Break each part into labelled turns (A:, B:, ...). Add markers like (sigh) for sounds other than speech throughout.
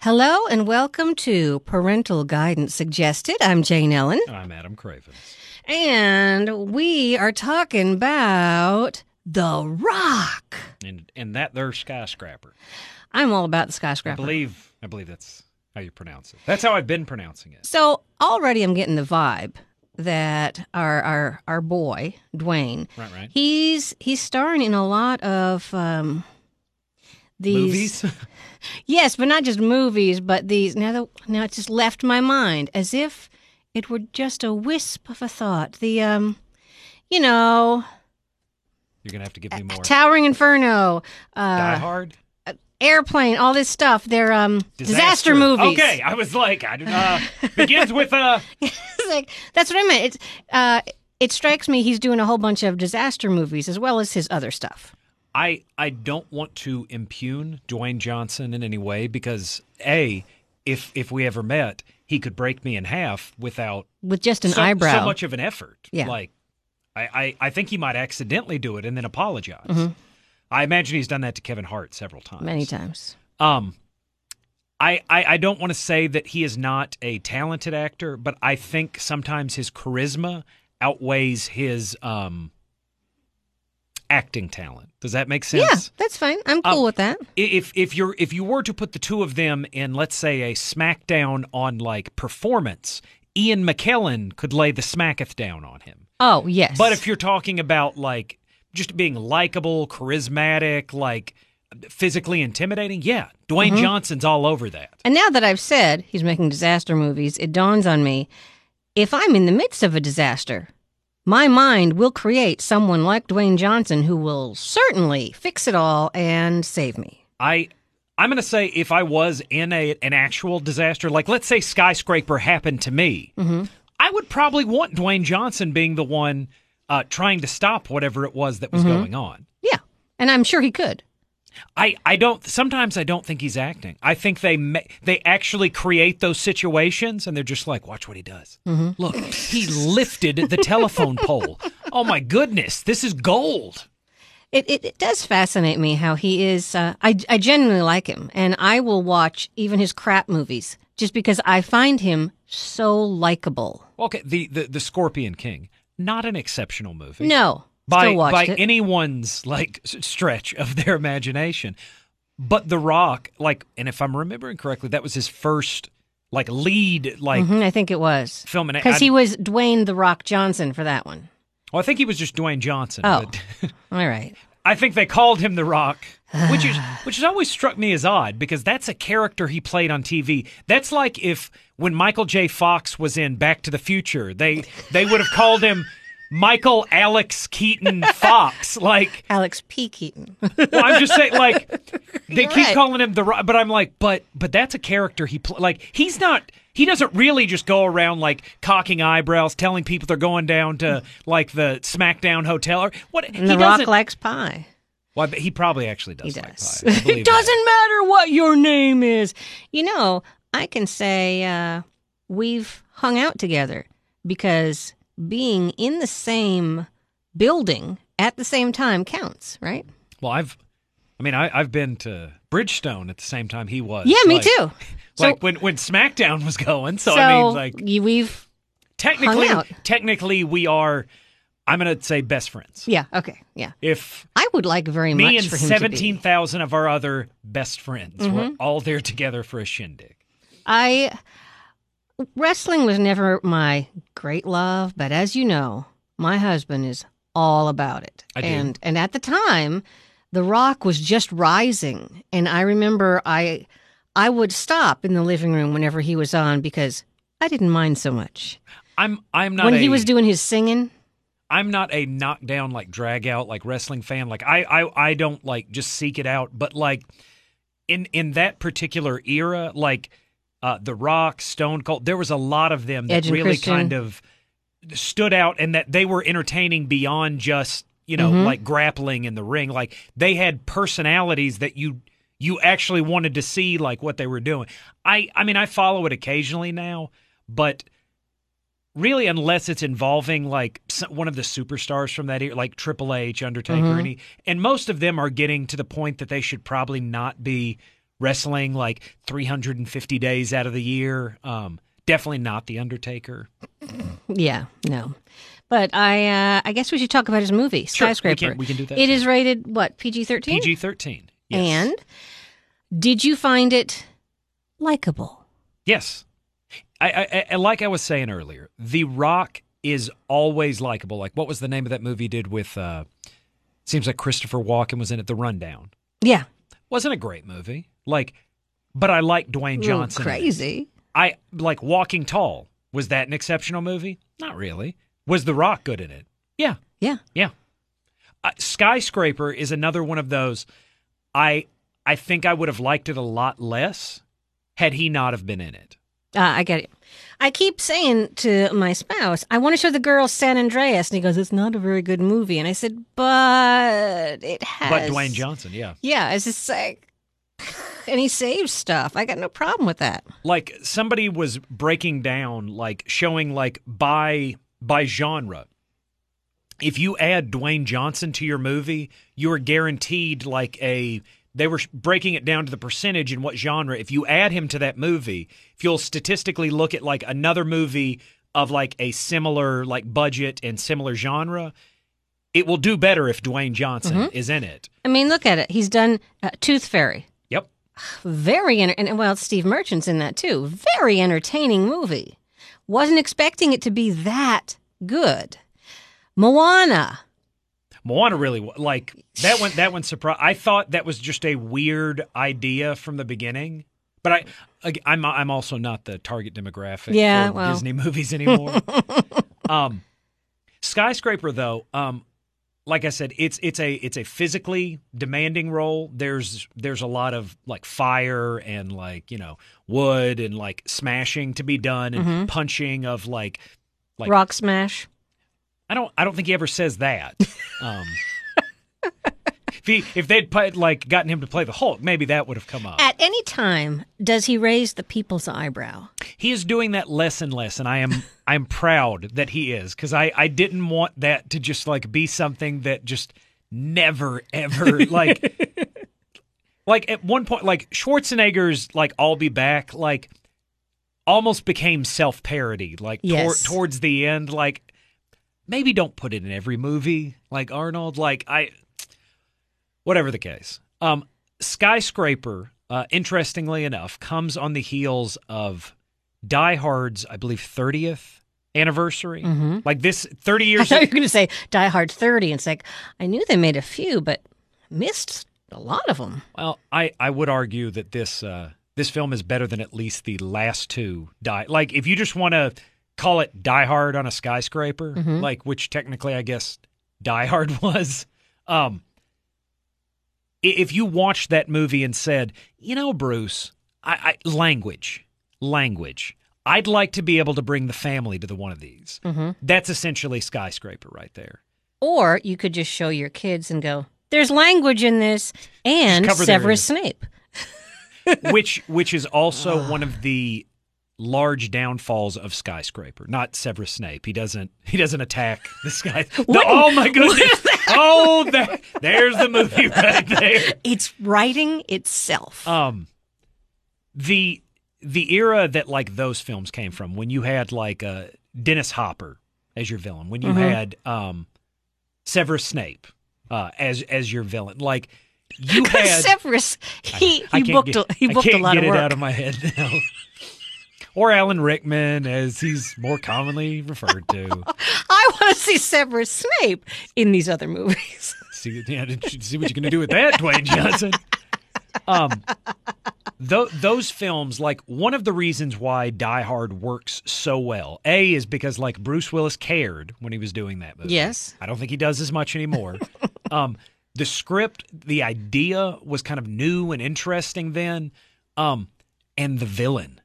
A: Hello and welcome to Parental Guidance Suggested. I'm Jane Ellen,
B: I'm Adam Cravens.
A: and we are talking about The Rock.
B: And and that there skyscraper.
A: I'm all about the
B: I
A: skyscraper.
B: believe I believe that's how you pronounce it. That's how I've been pronouncing it.
A: So already I'm getting the vibe that our our our boy Dwayne,
B: Right, right.
A: he's he's starring in a lot of um these
B: Movies. (laughs)
A: Yes, but not just movies, but these now the, now it just left my mind as if it were just a wisp of a thought. The um you know,
B: You're gonna have to give me more.
A: Towering Inferno,
B: Die
A: uh,
B: Hard.
A: Airplane, all this stuff. They're um disaster, movies.
B: Okay, I was like, I don't know. begins with uh
A: (laughs) It's like that's what I meant. It's uh, it strikes me he's doing a whole bunch of disaster movies as well as his other stuff.
B: I I don't want to impugn Dwayne Johnson in any way because a if if we ever met, he could break me in half without
A: With just an
B: so,
A: eyebrow.
B: so much of an effort.
A: Yeah.
B: Like, I, I, I think he might accidentally do it and then apologize. I imagine he's done that to Kevin Hart several times.
A: Mm-hmm. Many times.
B: Um, I, I, I don't want to say that he is not a talented actor, but I think sometimes his charisma outweighs his um, acting talent. Does that make sense?
A: Yeah, that's fine. I'm cool
B: Um,
A: with that.
B: I- if if you're if you were to put the two of them in let's say a smackdown on like performance ian mckellen could lay the smacketh down on him
A: Oh yes.
B: but if you're talking about like just being likable charismatic like physically intimidating yeah dwayne johnson's all over that
A: and now that I've said he's making disaster movies, it dawns on me: if I'm in the midst of a disaster, my mind will create someone like Dwayne Johnson who will certainly fix it all and save me.
B: i i'm going to say if i was in a an actual disaster like let's say skyscraper happened to me I would probably want Dwayne Johnson being the one uh, trying to stop whatever it was that was going on.
A: Yeah, and I'm sure he could.
B: I, I don't sometimes I don't think he's acting. I think they ma- they actually create those situations and they're just like watch what he does.
A: Mm-hmm.
B: Look, he lifted the telephone pole. Oh my goodness, this is gold.
A: It, it, it does fascinate me how he is. Uh, I, I genuinely like him, and I will watch even his crap movies just because I find him so likable.
B: Okay, the the, the Scorpion King, not an exceptional movie.
A: No,
B: by
A: still watched
B: by
A: it.
B: anyone's like s- stretch of their imagination. But The Rock, like and if I'm remembering correctly, that was his first like lead like
A: Mhm, I think it was
B: film and I-
A: because he was Dwayne the Rock Johnson for that one.
B: well, I think he was just Dwayne Johnson.
A: Oh.
B: but-
A: All right,
B: I think they called him The
A: (sighs)
B: Rock, which is which has always struck me as odd because that's a character he played on TV. That's like if when Michael J. Fox was in Back to the Future, they they would have called him Michael Alex Keaton
A: (laughs)
B: Fox. Like,
A: Alex P.
B: (laughs)
A: Keaton.
B: well, I'm just saying, like they
A: You're
B: keep
A: right.
B: calling him The Rock, but I'm like, but but that's a character he pl- like. He's not. He doesn't really just go around like cocking eyebrows, telling people they're going down to like the SmackDown hotel or what.
A: And
B: he
A: the Rock
B: doesn't-
A: likes pie.
B: well, but he probably actually does.
A: He
B: like
A: does. (laughs)
B: pie. I believe
A: it doesn't matter what your name is. You know, I can say uh, we've hung out together because being in the same building at the same time counts, right?
B: that. Well, I've, I mean, I, I've been to Bridgestone at the same time he was.
A: yeah, me
B: Like-
A: too. So-
B: Like when when SmackDown was going. (laughs) So,
A: So,
B: I mean, like
A: y- we've
B: technically,
A: out.
B: technically we are. I'm gonna say best friends.
A: yeah okay yeah.
B: If
A: I would like very much
B: me and
A: for him
B: seventeen
A: to be. Mm-hmm.
B: thousand of our other best friends were all there together for a shindig.
A: I wrestling was never my great love, but as you know, my husband is all about it.
B: I do.
A: And and at the time, The Rock was just rising, and I remember I I would stop in the living room whenever he was on because I didn't mind so much
B: I'm I'm not
A: when
B: a,
A: he was doing his singing.
B: I'm not a knockdown like drag out like wrestling fan. Like I I I don't like just seek it out, but like in in that particular era, like uh The Rock, Stone Cold, there was a lot of them that
A: Edge and
B: really
A: Christian.
B: kind of stood out and that they were entertaining beyond just, you
A: Mm-hmm.
B: know, like grappling in the ring. Like they had personalities that you you actually wanted to see like what they were doing. I I mean I follow it occasionally now, but really unless it's involving like some, one of the superstars from that era like
A: Mm-hmm.
B: Triple H, Undertaker, any, and most of them are getting to the point that they should probably not be wrestling like 350 days out of the year. Um, definitely not the Undertaker.
A: Yeah, no. But I, uh, I guess we should talk about his movie,
B: Sure, we
A: Skyscraper.
B: can- we can do that,
A: It
B: too.
A: is rated what PG thirteen.
B: PG 13. Yes.
A: And did you find it likable?
B: Yes. I, I, I- and like I was saying earlier, The Rock is always likable. Like what was the name of that movie he did with uh seems like Christopher Walken was in it, The Rundown.
A: Yeah,
B: Wasn't a great movie. Like but I like Dwayne
A: Little
B: Johnson. in it.
A: crazy.
B: I like Walking Tall. Was that an exceptional movie? Not really. Was The Rock good in it? Yeah.
A: Yeah,
B: Yeah. Uh, Skyscraper is another one of those. I I think I would have liked it a lot less had he not have been in it.
A: uh, I get it. I keep saying to my spouse, "I want to show the girls San Andreas," and he goes, "It's not a very good movie." And I said, "But it has."
B: But Dwayne Johnson, yeah.
A: Yeah, it's just like, and he saves stuff. I got no problem with that.
B: Like somebody was breaking down like showing like by by genre. If you add Dwayne Johnson to your movie, you are guaranteed like a they were sh- breaking it down to the percentage in what genre. If you add him to that movie, if you'll statistically look at like another movie of like a similar like budget and similar genre, it will do better if Dwayne Johnson is in it.
A: I mean, look at it. He's done uh, Tooth Fairy.
B: Yep.
A: very enter- and well steve merchant's in that too very entertaining movie wasn't expecting it to be that good moana
B: Moana really wa- like that one. That one surprised. I thought that was just a weird idea from the beginning. But I, ag- I'm I'm also not the target demographic
A: Yeah,
B: for
A: well.
B: Disney
A: (laughs)
B: movies anymore. um, skyscraper though, um, like I said, it's it's a it's a physically demanding role. There's there's a lot of like fire and like you know wood and like smashing to be done and
A: Mm-hmm.
B: punching of like like
A: rock smash
B: I don't. I don't think he ever
A: (laughs)
B: says that. Um, if he, if they'd put, like gotten him to play the Hulk, maybe that would have come up.
A: at any time does he raise the people's eyebrow (laughs)
B: He is doing that less and less, and I am I am proud that he is because I I didn't want that to just like be something that just never
A: (laughs)
B: ever like like at one point like Schwarzenegger's like I'll be back like almost became self parody like tor-
A: Yes.
B: towards the end like maybe don't put it in every movie like Arnold like I whatever the case. Um, Skyscraper, uh, interestingly enough, comes on the heels of Die Hard's, I believe, 30th anniversary. Like this
A: (laughs)
B: 30
A: i
B: years.
A: thought you were going to say die hard 30 and it's like i knew they made a few but missed a lot of them
B: well, I, I would argue that this uh, this film is better than at least the last two Die. Like if you just want to call it Die Hard on a skyscraper, like which technically I guess Die Hard (laughs) was. Um, i- if you watched that movie and said, you know, Bruce, I, I language, language. I'd like to be able to bring the family to the one of these. That's essentially skyscraper right there.
A: or you could just show your kids and go there's language in this and
B: cover their
A: severus snape (laughs)
B: which which is also one of the large downfalls of skyscraper. Not Severus Snape. He doesn't he doesn't attack the sky. No,
A: What-
B: oh my
A: what is (laughs)
B: goodness! Oh, there, there's the movie right there.
A: it's writing itself
B: Um, the the era that like those films came from when you had like uh, Dennis Hopper as your villain, when you had um, Severus Snape uh, as as your villain, like you had
A: (laughs) Severus, he,
B: I
A: he
B: can't
A: booked
B: get-
A: a, he
B: I
A: booked a
B: can't
A: lot
B: get
A: of
B: it
A: work.
B: out of my head now. (laughs) or Alan Rickman, as he's more commonly referred to.
A: (laughs) I want to see Severus Snape in these other movies. (laughs)
B: see, yeah, did you see what you're going to do with that, Dwayne Johnson. Um, tho- those films, like one of the reasons why Die Hard works so well, a is because like Bruce Willis cared when he was doing that movie.
A: Yes.
B: I don't think he does as much anymore. um, the script, the idea was kind of new and interesting then, um, and the villain.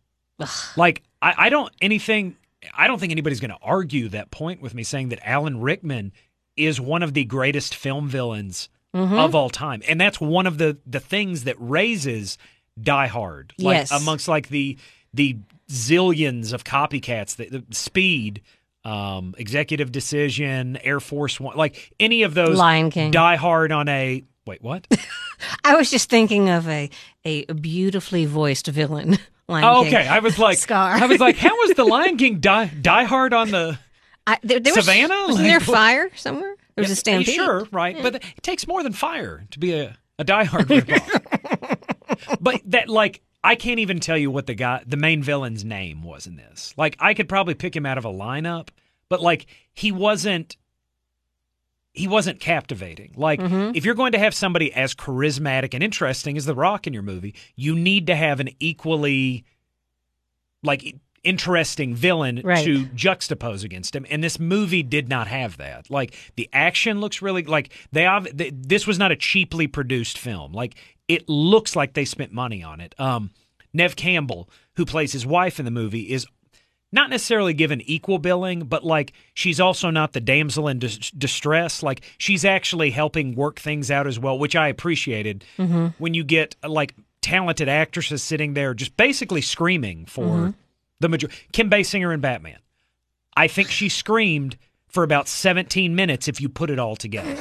B: Like I, I don't anything. I don't think anybody's going to argue that point with me saying that Alan Rickman is one of the greatest film villains
A: Hmm?
B: of all time, and that's one of the the things that raises Die Hard, like
A: Yes.
B: amongst like the the zillions of copycats that the Speed, um, Executive Decision, Air Force One, like any of those
A: Lion King.
B: Die Hard on a well, Wait, what?
A: I was just thinking of a a beautifully voiced villain. (laughs) Lion
B: Oh,
A: King.
B: okay. I was
A: (laughs)
B: like,
A: Scar.
B: I was like, how was the Lion King die, die hard on the?
A: I, there, there was-
B: Savannah?
A: Wasn't there
B: Like, what-
A: fire somewhere? There was a
B: Are you
A: stampede. Hmm.
B: Sure, right. But it takes more than fire to be a a diehard ripoff.
A: (laughs)
B: but that like. I can't even tell you what the guy, the main villain's name was in this. Like, I could probably pick him out of a lineup, but like, he wasn't, he wasn't captivating. Like,
A: Mm-hmm.
B: if you're going to have somebody as charismatic and interesting as The Rock in your movie, you need to have an equally, like, interesting villain
A: Right.
B: to juxtapose against him. And this movie did not have that. Like, the action looks really like they. ob- th- This was not a cheaply produced film. Like, it looks like they spent money on it. Um, Nev Campbell, who plays his wife in the movie, is not necessarily given equal billing, but like she's also not the damsel in dis- distress. Like she's actually helping work things out as well, which I appreciated when you get like talented actresses sitting there just basically screaming for the majority. Kim Basinger in Batman. I think she screamed for about 17 minutes if you put it all together.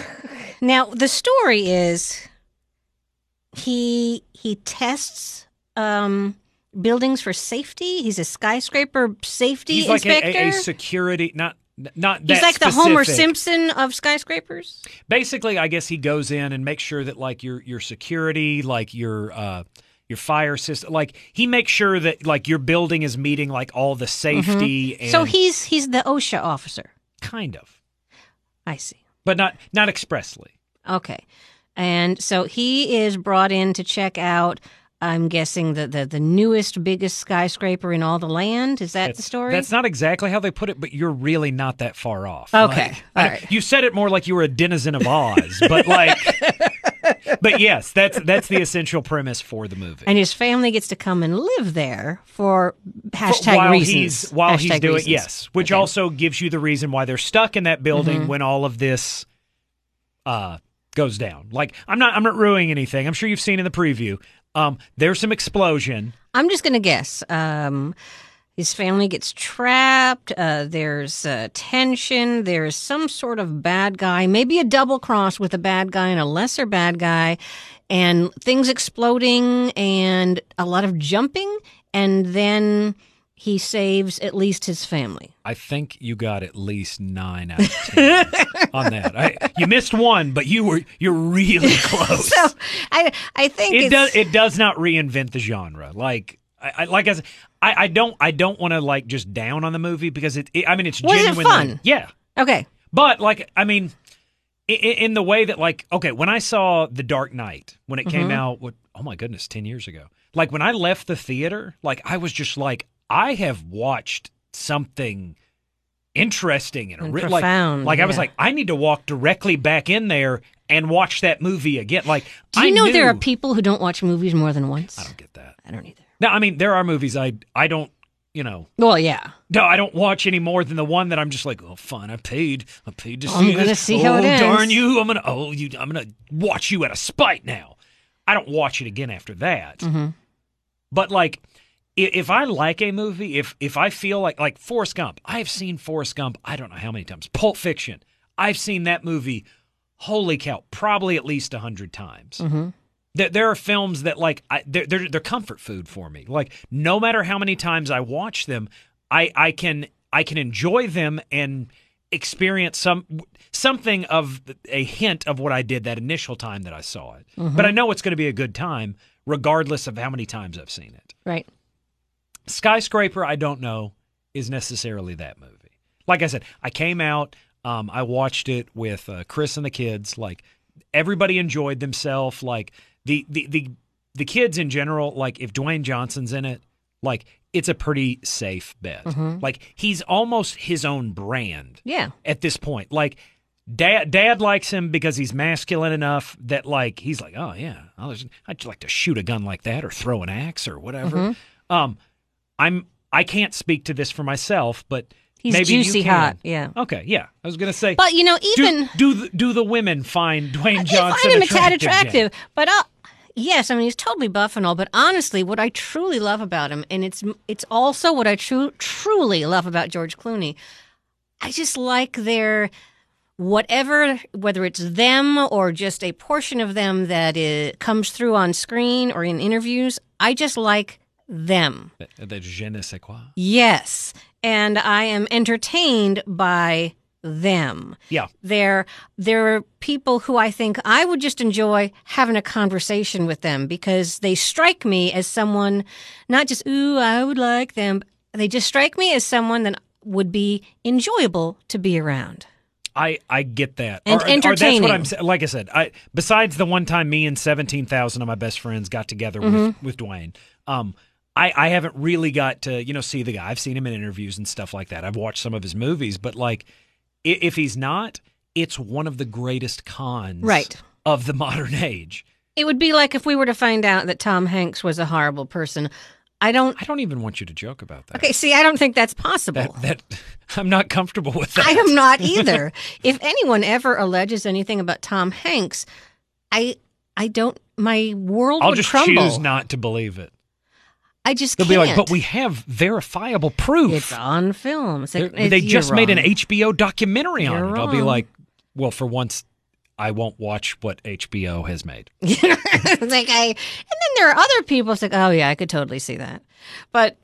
A: Now the story is he he tests um, buildings for safety. He's a skyscraper safety
B: He's like
A: inspector.
B: a- a, a security, not not that
A: He's like the Homer
B: specific.
A: Simpson of skyscrapers.
B: basically i guess he goes in and makes sure that like your your security like your uh your fire system like he makes sure that like your building is meeting like all the safety and
A: Mm-hmm. So he's he's the OSHA officer.
B: kind of
A: I see.
B: but not not expressly
A: Okay. And so he is brought in to check out I'm guessing the, the, the newest, biggest skyscraper in all the land. Is that the story?
B: that's not exactly how they put it but you're really not that far off
A: Okay.
B: Like,
A: All
B: I-
A: right.
B: you said it more like you were a denizen of oz
A: (laughs)
B: but like but yes that's that's the essential premise for the movie
A: and his family gets to come and live there for hashtag
B: while
A: reasons.
B: he's while he's
A: Hashtag
B: doing
A: reasons.
B: yes, which also gives you the reason why they're stuck in that
A: Mm-hmm.
B: building when all of this uh goes down. Like I'm not I'm not ruining anything. I'm sure you've seen in the preview. Um there's some explosion.
A: I'm just going to guess. Um, his family gets trapped. Uh, there's uh, tension. There's some sort of bad guy, maybe a double cross with a bad guy and a lesser bad guy, and things exploding and a lot of jumping. And then he saves at least his family. (laughs)
B: I think you got at least 9 out of 10 on that. I, you missed one, but you were you're really close.
A: (laughs) So I, I think
B: it
A: it's,
B: does it does not reinvent the genre like I, I like I, said, I I don't I don't want to like just down on the movie because it, it I mean it's
A: Was it
B: genuinely
A: fun?
B: yeah
A: okay.
B: But like, I mean, in, in the way that like, okay, when I saw The Dark Knight when it came
A: Mm-hmm.
B: out, what? Oh my goodness, ten years ago. Like when I left the theater, like I was just like, I have watched something interesting and,
A: And
B: ori-
A: profound,
B: Like, like I was
A: yeah.
B: like, I need to walk directly back in there and watch that movie again. Like,
A: Do you
B: I
A: know
B: knew-
A: there are people who don't watch movies more than once?
B: I don't get that.
A: I don't either.
B: No, I mean there are movies I I don't you know
A: Well, yeah.
B: no, I don't watch any more than the one that I'm just like, oh, fine. I paid. I paid to see
A: I'm
B: this.
A: gonna see
B: oh,
A: how it ends."
B: darn you! I'm gonna. Oh, you. I'm gonna watch you out of spite now. I don't watch it again after that.
A: Mm-hmm.
B: But like, i- if I like a movie, if if I feel like like Forrest Gump, I've seen Forrest Gump. I don't know how many times. Pulp Fiction. I've seen that movie. Holy cow! Probably at least a hundred times
A: Mm-hmm.
B: there, there are films that like I, they're, they're they're comfort food for me. Like no matter how many times I watch them, I I can I can enjoy them and experience some something of a hint of what I did that initial time that I saw it. But I know it's going to be a good time regardless of how many times I've seen it.
A: Right.
B: Skyscraper, I don't know, is necessarily that movie. Like I said, I came out, um, I watched it with uh, Chris and the kids. Like everybody enjoyed themselves. Like the the the the kids in general. Like if Dwayne Johnson's in it, like it's a pretty safe bet. Like he's almost his own brand
A: Yeah.
B: at this point. Like dad, dad likes him because he's masculine enough that like he's like, oh yeah, I'll just- I'd just like to shoot a gun like that or throw an axe or whatever.
A: Mm-hmm.
B: Um, I'm I can't speak to this for myself, but
A: He's
B: maybe you
A: juicy
B: can.
A: hot. Yeah.
B: Okay, yeah, I was gonna say,
A: But you know,
B: do,
A: even
B: do the, do the women find Dwayne
A: they
B: Johnson
A: find him a tad
B: attractive? Jen?
A: attractive. But uh, yes, I mean he's totally buff and all. But honestly, what I truly love about him, and it's it's also what I tru- truly love about George Clooney, I just like their whatever, whether it's them or just a portion of them that i- comes through on screen or in interviews, I just like them.
B: The, the je ne sais quoi.
A: Yes. And I am entertained by them.
B: Yeah.
A: They're, they're people who I think I would just enjoy having a conversation with them because they strike me as someone, not just, ooh, I would like them. They just strike me as someone that would be enjoyable to be around.
B: I, I get that.
A: And
B: that's
A: entertaining.
B: what I'm sa- like I said. I besides the one time me and seventeen thousand of my best friends got together
A: Mm-hmm.
B: with, with Dwayne. Um, I I haven't really got to you know see the guy. I've seen him in interviews and stuff like that. I've watched some of his movies, but like i- if he's not, it's one of the greatest cons
A: Right.
B: of the (laughs) modern age.
A: It would be like if we were to find out that Tom Hanks was a horrible person. I don't.
B: I don't even want you to joke about that.
A: Okay, see, I don't think that's possible.
B: That, that (laughs) I'm not comfortable with that.
A: I am
B: (laughs)
A: not either. if anyone ever alleges anything about Tom Hanks, I I don't. My world
B: I'll
A: would
B: just
A: crumble.
B: choose not to believe it.
A: I just
B: They'll
A: can't.
B: be like, but we have verifiable proof.
A: It's on film. It's like,
B: They're- they
A: you're
B: just made an
A: wrong.
B: HBO documentary on
A: You're
B: it. I'll be
A: wrong.
B: like, well, for once, I won't watch what HBO has made.
A: (laughs) it's like I, and then there are other people. It's like, oh yeah, I could totally see that. But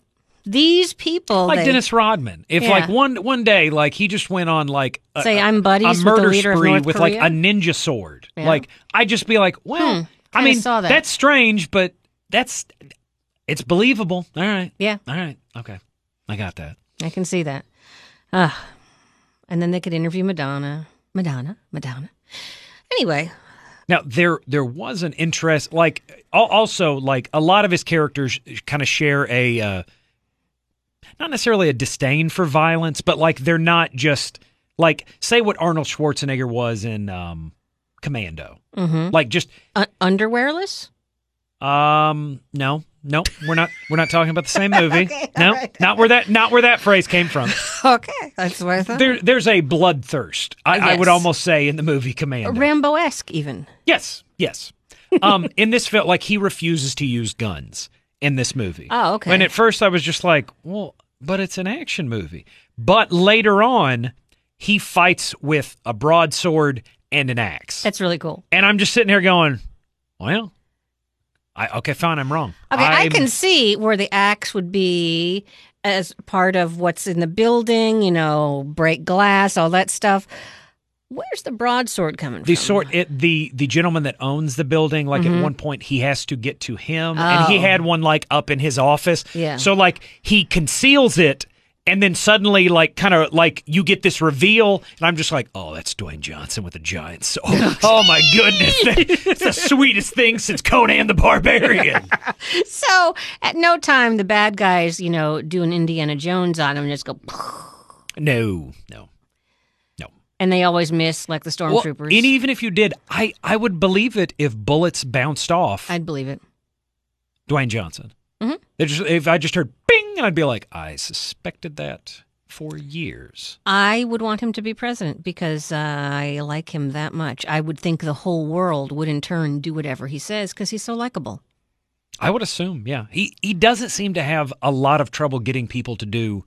A: these people,
B: Like
A: they
B: Dennis Rodman. If
A: Yeah.
B: like one one day, like he just went on like a,
A: say,
B: uh, a-
A: I'm
B: a
A: buddies with the
B: murder
A: leader of
B: spree
A: North
B: with like
A: Korea.
B: a ninja sword.
A: Yeah. Hmm.
B: Like I'd just be like, well, I
A: kinda
B: mean,
A: saw that.
B: that's strange, but that's it's believable. All right,
A: yeah,
B: all right, okay, I got that.
A: I can see that. Uh, and then they could interview Madonna. Madonna. Madonna. Anyway,
B: Now there there was an interest like al- also like a lot of his characters kind of share a uh, not necessarily a disdain for violence, but like they're not just like say what Arnold Schwarzenegger was in um, Commando,
A: mm-hmm.
B: like just
A: uh, underwearless? (laughs)
B: um no no we're not we're not talking about
A: (laughs)
B: the same movie
A: Okay, all
B: no
A: right.
B: not where that not where that phrase came from
A: Okay, that's what I thought.
B: there there's a bloodthirst I, I would
A: Yes.
B: almost say in the movie Commando
A: Rambo esque, even.
B: Yes, yes.
A: (laughs)
B: Um, in this film, like he refuses to use guns in this movie.
A: Oh, okay.
B: And at first, I was just like, well, but it's an action movie. But later on, he fights with a broadsword and an axe,
A: That's really cool.
B: and I'm just sitting here going, well, I okay, fine, I'm wrong.
A: Okay, I
B: I'm-
A: can see where the axe would be as part of what's in the building, you know, break glass, all that stuff. Where's the broadsword coming
B: The
A: from?
B: sort it, the the gentleman that owns the building, like
A: Mhm.
B: at one point he has to get to him, and he
A: Oh.
B: had one like up in his office.
A: Yeah.
B: So like he conceals it, and then suddenly like kind of like you get this reveal, and I'm just like, oh, that's Dwayne Johnson with a giant
A: (laughs)
B: sword. (laughs) oh my goodness, (laughs) that's the sweetest thing since Conan
A: (laughs)
B: the Barbarian.
A: So at no time the bad guys, you know, do an Indiana Jones on him and just go,
B: no, no.
A: and they always miss like the
B: Well,
A: stormtroopers.
B: and even if you did, I I would believe it if bullets bounced off
A: I'd believe it.
B: Dwayne Johnson.
A: Mhm.
B: They just if I just heard bing, and I'd be like, I suspected that for years.
A: I would want him to be president because uh, I like him that much. I would think the whole world would in turn do whatever he says because he's so likable.
B: I would assume, yeah. He he doesn't seem to have a lot of trouble getting people to do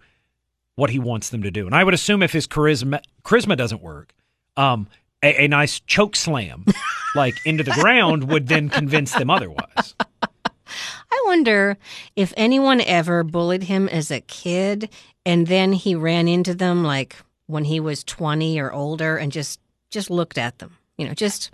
B: what he wants them to do, and I would assume if his charisma charisma doesn't work, um, a, a nice choke slam like into the ground would then convince them otherwise.
A: I wonder if anyone ever bullied him as a kid and then he ran into them like when he was 20 or older and just just looked at them. You know, just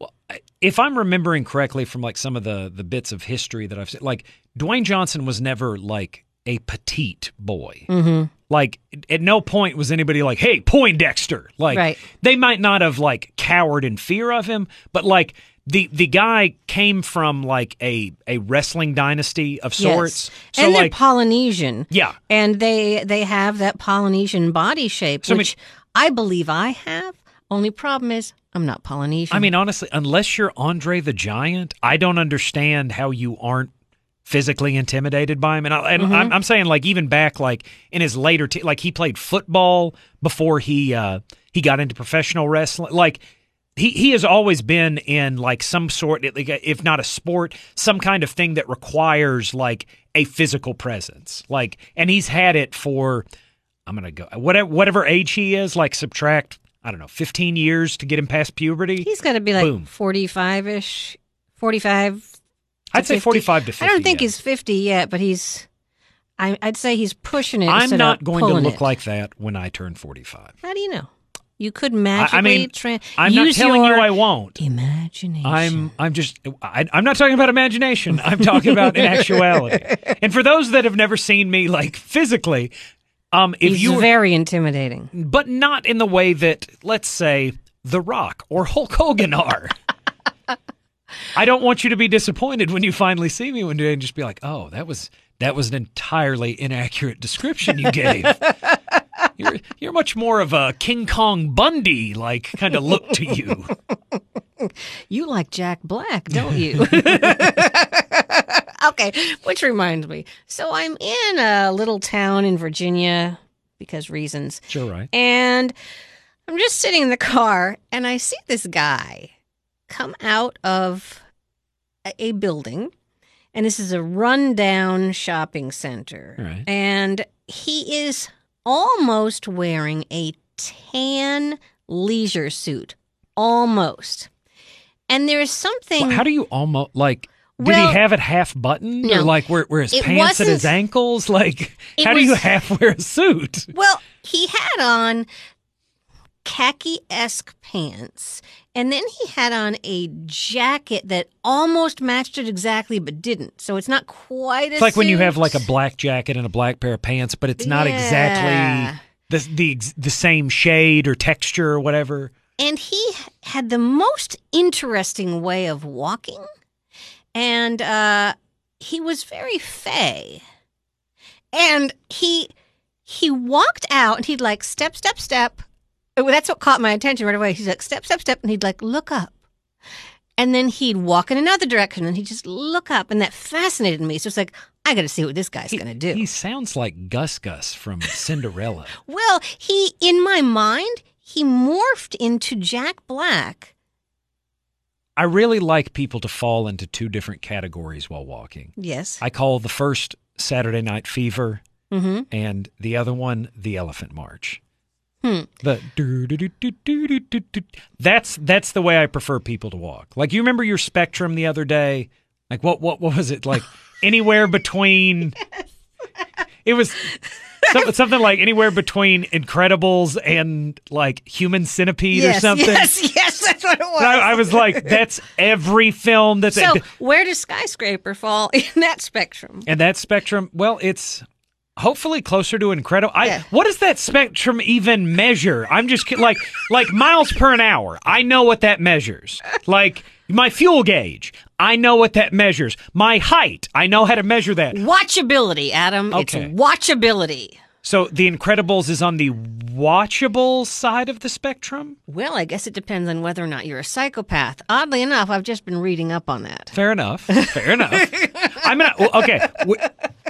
B: Well, I- if I'm remembering correctly from like some of the the bits of history that I've seen, like Dwayne Johnson was never like a petite boy.
A: mhm.
B: Like at no point was anybody like, "Hey, Poindexter!" Like
A: Right.
B: they might not have like cowered in fear of him, but like the the guy came from like a a wrestling dynasty of sorts.
A: Yes.
B: So
A: and
B: like
A: they're Polynesian.
B: yeah,
A: and they they have that Polynesian body shape,
B: So, I mean-
A: which I believe I have. Only problem is I'm not Polynesian.
B: I mean honestly, unless you're Andre the Giant, I don't understand how you aren't physically intimidated by him. And, I, and I'm, I'm saying like even back like in his later t- like he played football before he uh he got into professional wrestling like. he he has always been in like some sort like, if not a sport some kind of thing that requires like a physical presence like and he's had it for i'm gonna go whatever whatever age he is like subtract I don't know, 15 years to get him past puberty.
A: He's got to be like
B: Boom.
A: 45 ish, 45.
B: I'd say
A: 50.
B: 45 to 50.
A: I don't think
B: yeah.
A: he's 50 yet, but he's, I, I'd say he's pushing it.
B: I'm
A: instead
B: not
A: of
B: going to
A: pulling
B: look
A: it.
B: like that when I turn 45.
A: How do you know? You could magically
B: mean,
A: tran-
B: I'm not
A: use
B: telling
A: your
B: you I won't.
A: imagination.
B: I'm I'm just I, I'm not talking about imagination. I'm
A: (laughs)
B: talking about in actuality. And for those that have never seen me like physically, um, if
A: he's
B: you were-
A: very intimidating.
B: but not in the way that let's say The Rock or Hulk Hogan (laughs) are. I don't want you to be disappointed when you finally see me one day and just be like, "Oh, that was that was an entirely inaccurate description you gave." (laughs) you're you're much more of a King Kong Bundy like kind of look to you.
A: You like Jack Black, don't
B: (laughs)
A: you? (laughs) okay, which reminds me. So I'm in a little town in Virginia because reasons.
B: (laughs) Sure, right.
A: And I'm just sitting in the car and I see this guy come out of a- a building. And this is a rundown shopping center.
B: All right.
A: And he is almost wearing a tan leisure suit. Almost. And there's something.
B: How do you almost like? Did
A: Well,
B: he have it half buttoned or
A: no.
B: like where where his
A: It
B: pants at his
A: wasn't-
B: ankles? Like
A: It
B: how do you
A: was-
B: half wear a suit?
A: Well, he had on khaki esque pants, and then he had on a jacket that almost matched it exactly, but didn't. So it's not quite.
B: It's like when you have like a black jacket and a black pair of pants, but it's not
A: Yeah.
B: exactly the the ex- the same shade or texture or whatever.
A: And he had the most interesting way of walking, and uh, he was very fey. And he he walked out, and he'd like step, step, step. Well, That's what caught my attention right away. He's like step, step, step, and he'd like look up, and then he'd walk in another direction, and he'd just look up, and that fascinated me. So it's like I got to see what this guy's
B: He-
A: going to do.
B: He sounds like Gus Gus from Cinderella.
A: Well, he, in my mind, he morphed into Jack Black.
B: I really like people to fall into two different categories while walking.
A: Yes.
B: I call the first Saturday Night Fever,
A: Mm-hmm.
B: and the other one the Elephant March.
A: Hmm.
B: The doo doo doo doo doo doo doo doo. that's that's the way I prefer people to walk. Like you remember your spectrum the other day? Like what what what was
A: (laughs)
B: it? Like anywhere between It was some, something like anywhere between Incredibles and like Human Centipede
A: yes, (laughs)
B: or something.
A: Yes, yes, that's what it was.
B: And I, I was like, that's every film that's
A: so, where does skyscraper fall (laughs) in that spectrum?
B: and that spectrum, well, it's hopefully closer to incredible. I
A: Yeah.
B: what does that spectrum even measure? I'm just kid- like like miles per an hour. I know what that measures. Like my fuel gauge, I know what that measures. My height, I know how to measure that.
A: Watchability, Adam.
B: Okay.
A: It's watchability.
B: So The Incredibles is on the watchable side of the spectrum.
A: Well, I guess it depends on whether or not you're a psychopath. Oddly enough, I've just been reading up on that.
B: Fair enough. Fair enough. (laughs) I'm gonna well, okay. W-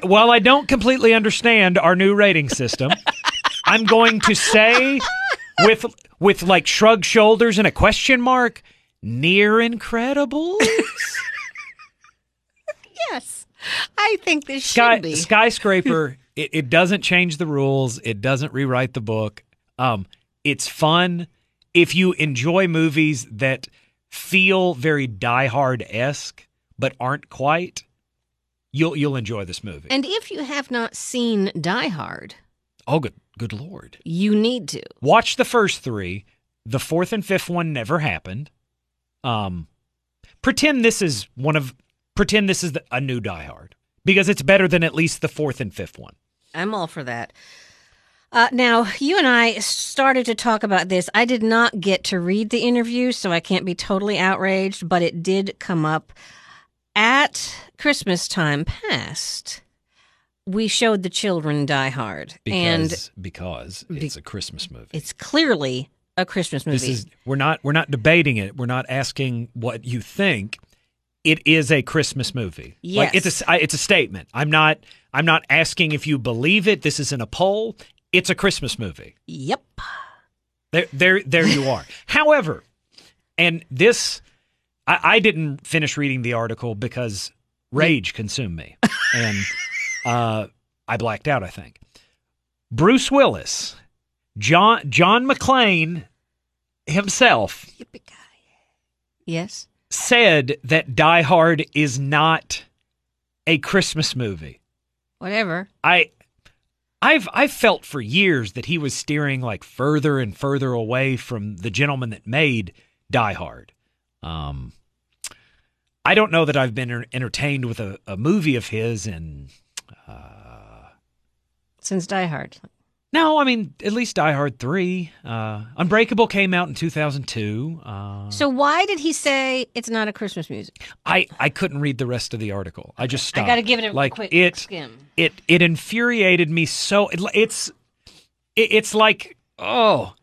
B: While I don't completely understand our new rating system, I'm going to say with with like shrugged shoulders and a question mark, near incredible.
A: Yes. I think this
B: Sky,
A: should be.
B: skyscraper. It, it doesn't change the rules. It doesn't rewrite the book. Um, it's fun if you enjoy movies that feel very Die Hard esque but aren't quite. You'll you'll enjoy this movie.
A: and if you have not seen Die Hard,
B: Oh, good, good lord!
A: you need to.
B: Watch the first three. The fourth and fifth one never happened. Um, pretend this is one of pretend this is the, a new Die Hard because it's better than at least the fourth and fifth one.
A: I'm all for that. Uh, now, you and I started to talk about this. I did not get to read the interview, so I can't be totally outraged, but it did come up at Christmas time past. We showed the children Die Hard, and
B: Because because it's a Christmas movie.
A: it's clearly a Christmas movie.
B: This is we're not we're not debating it. We're not asking what you think. It is a Christmas movie.
A: Yes.
B: Like it's a s- I- it's a statement. I'm not I'm not asking if you believe it. This isn't a poll. It's a Christmas movie.
A: yep.
B: There, there, there you are. However, and this, I, I didn't finish reading the article because rage consumed me, and uh, I blacked out. I think Bruce Willis, John John McClane, himself
A: Yes.
B: said that Die Hard is not a Christmas movie.
A: Whatever.
B: I I've I've felt for years that he was steering like further and further away from the gentleman that made Die Hard. Um I don't know that I've been er- entertained with a, a movie of his and
A: Since Die Hard.
B: Uh-huh. no, I mean at least Die Hard 3. Uh Unbreakable came out in 2002. Uh
A: So why did he say it's not a Christmas music?
B: I I couldn't read the rest of the article. I just stopped.
A: I got to give it a
B: like
A: quick
B: it
A: skim.
B: it it infuriated me so it, it's it, it's like oh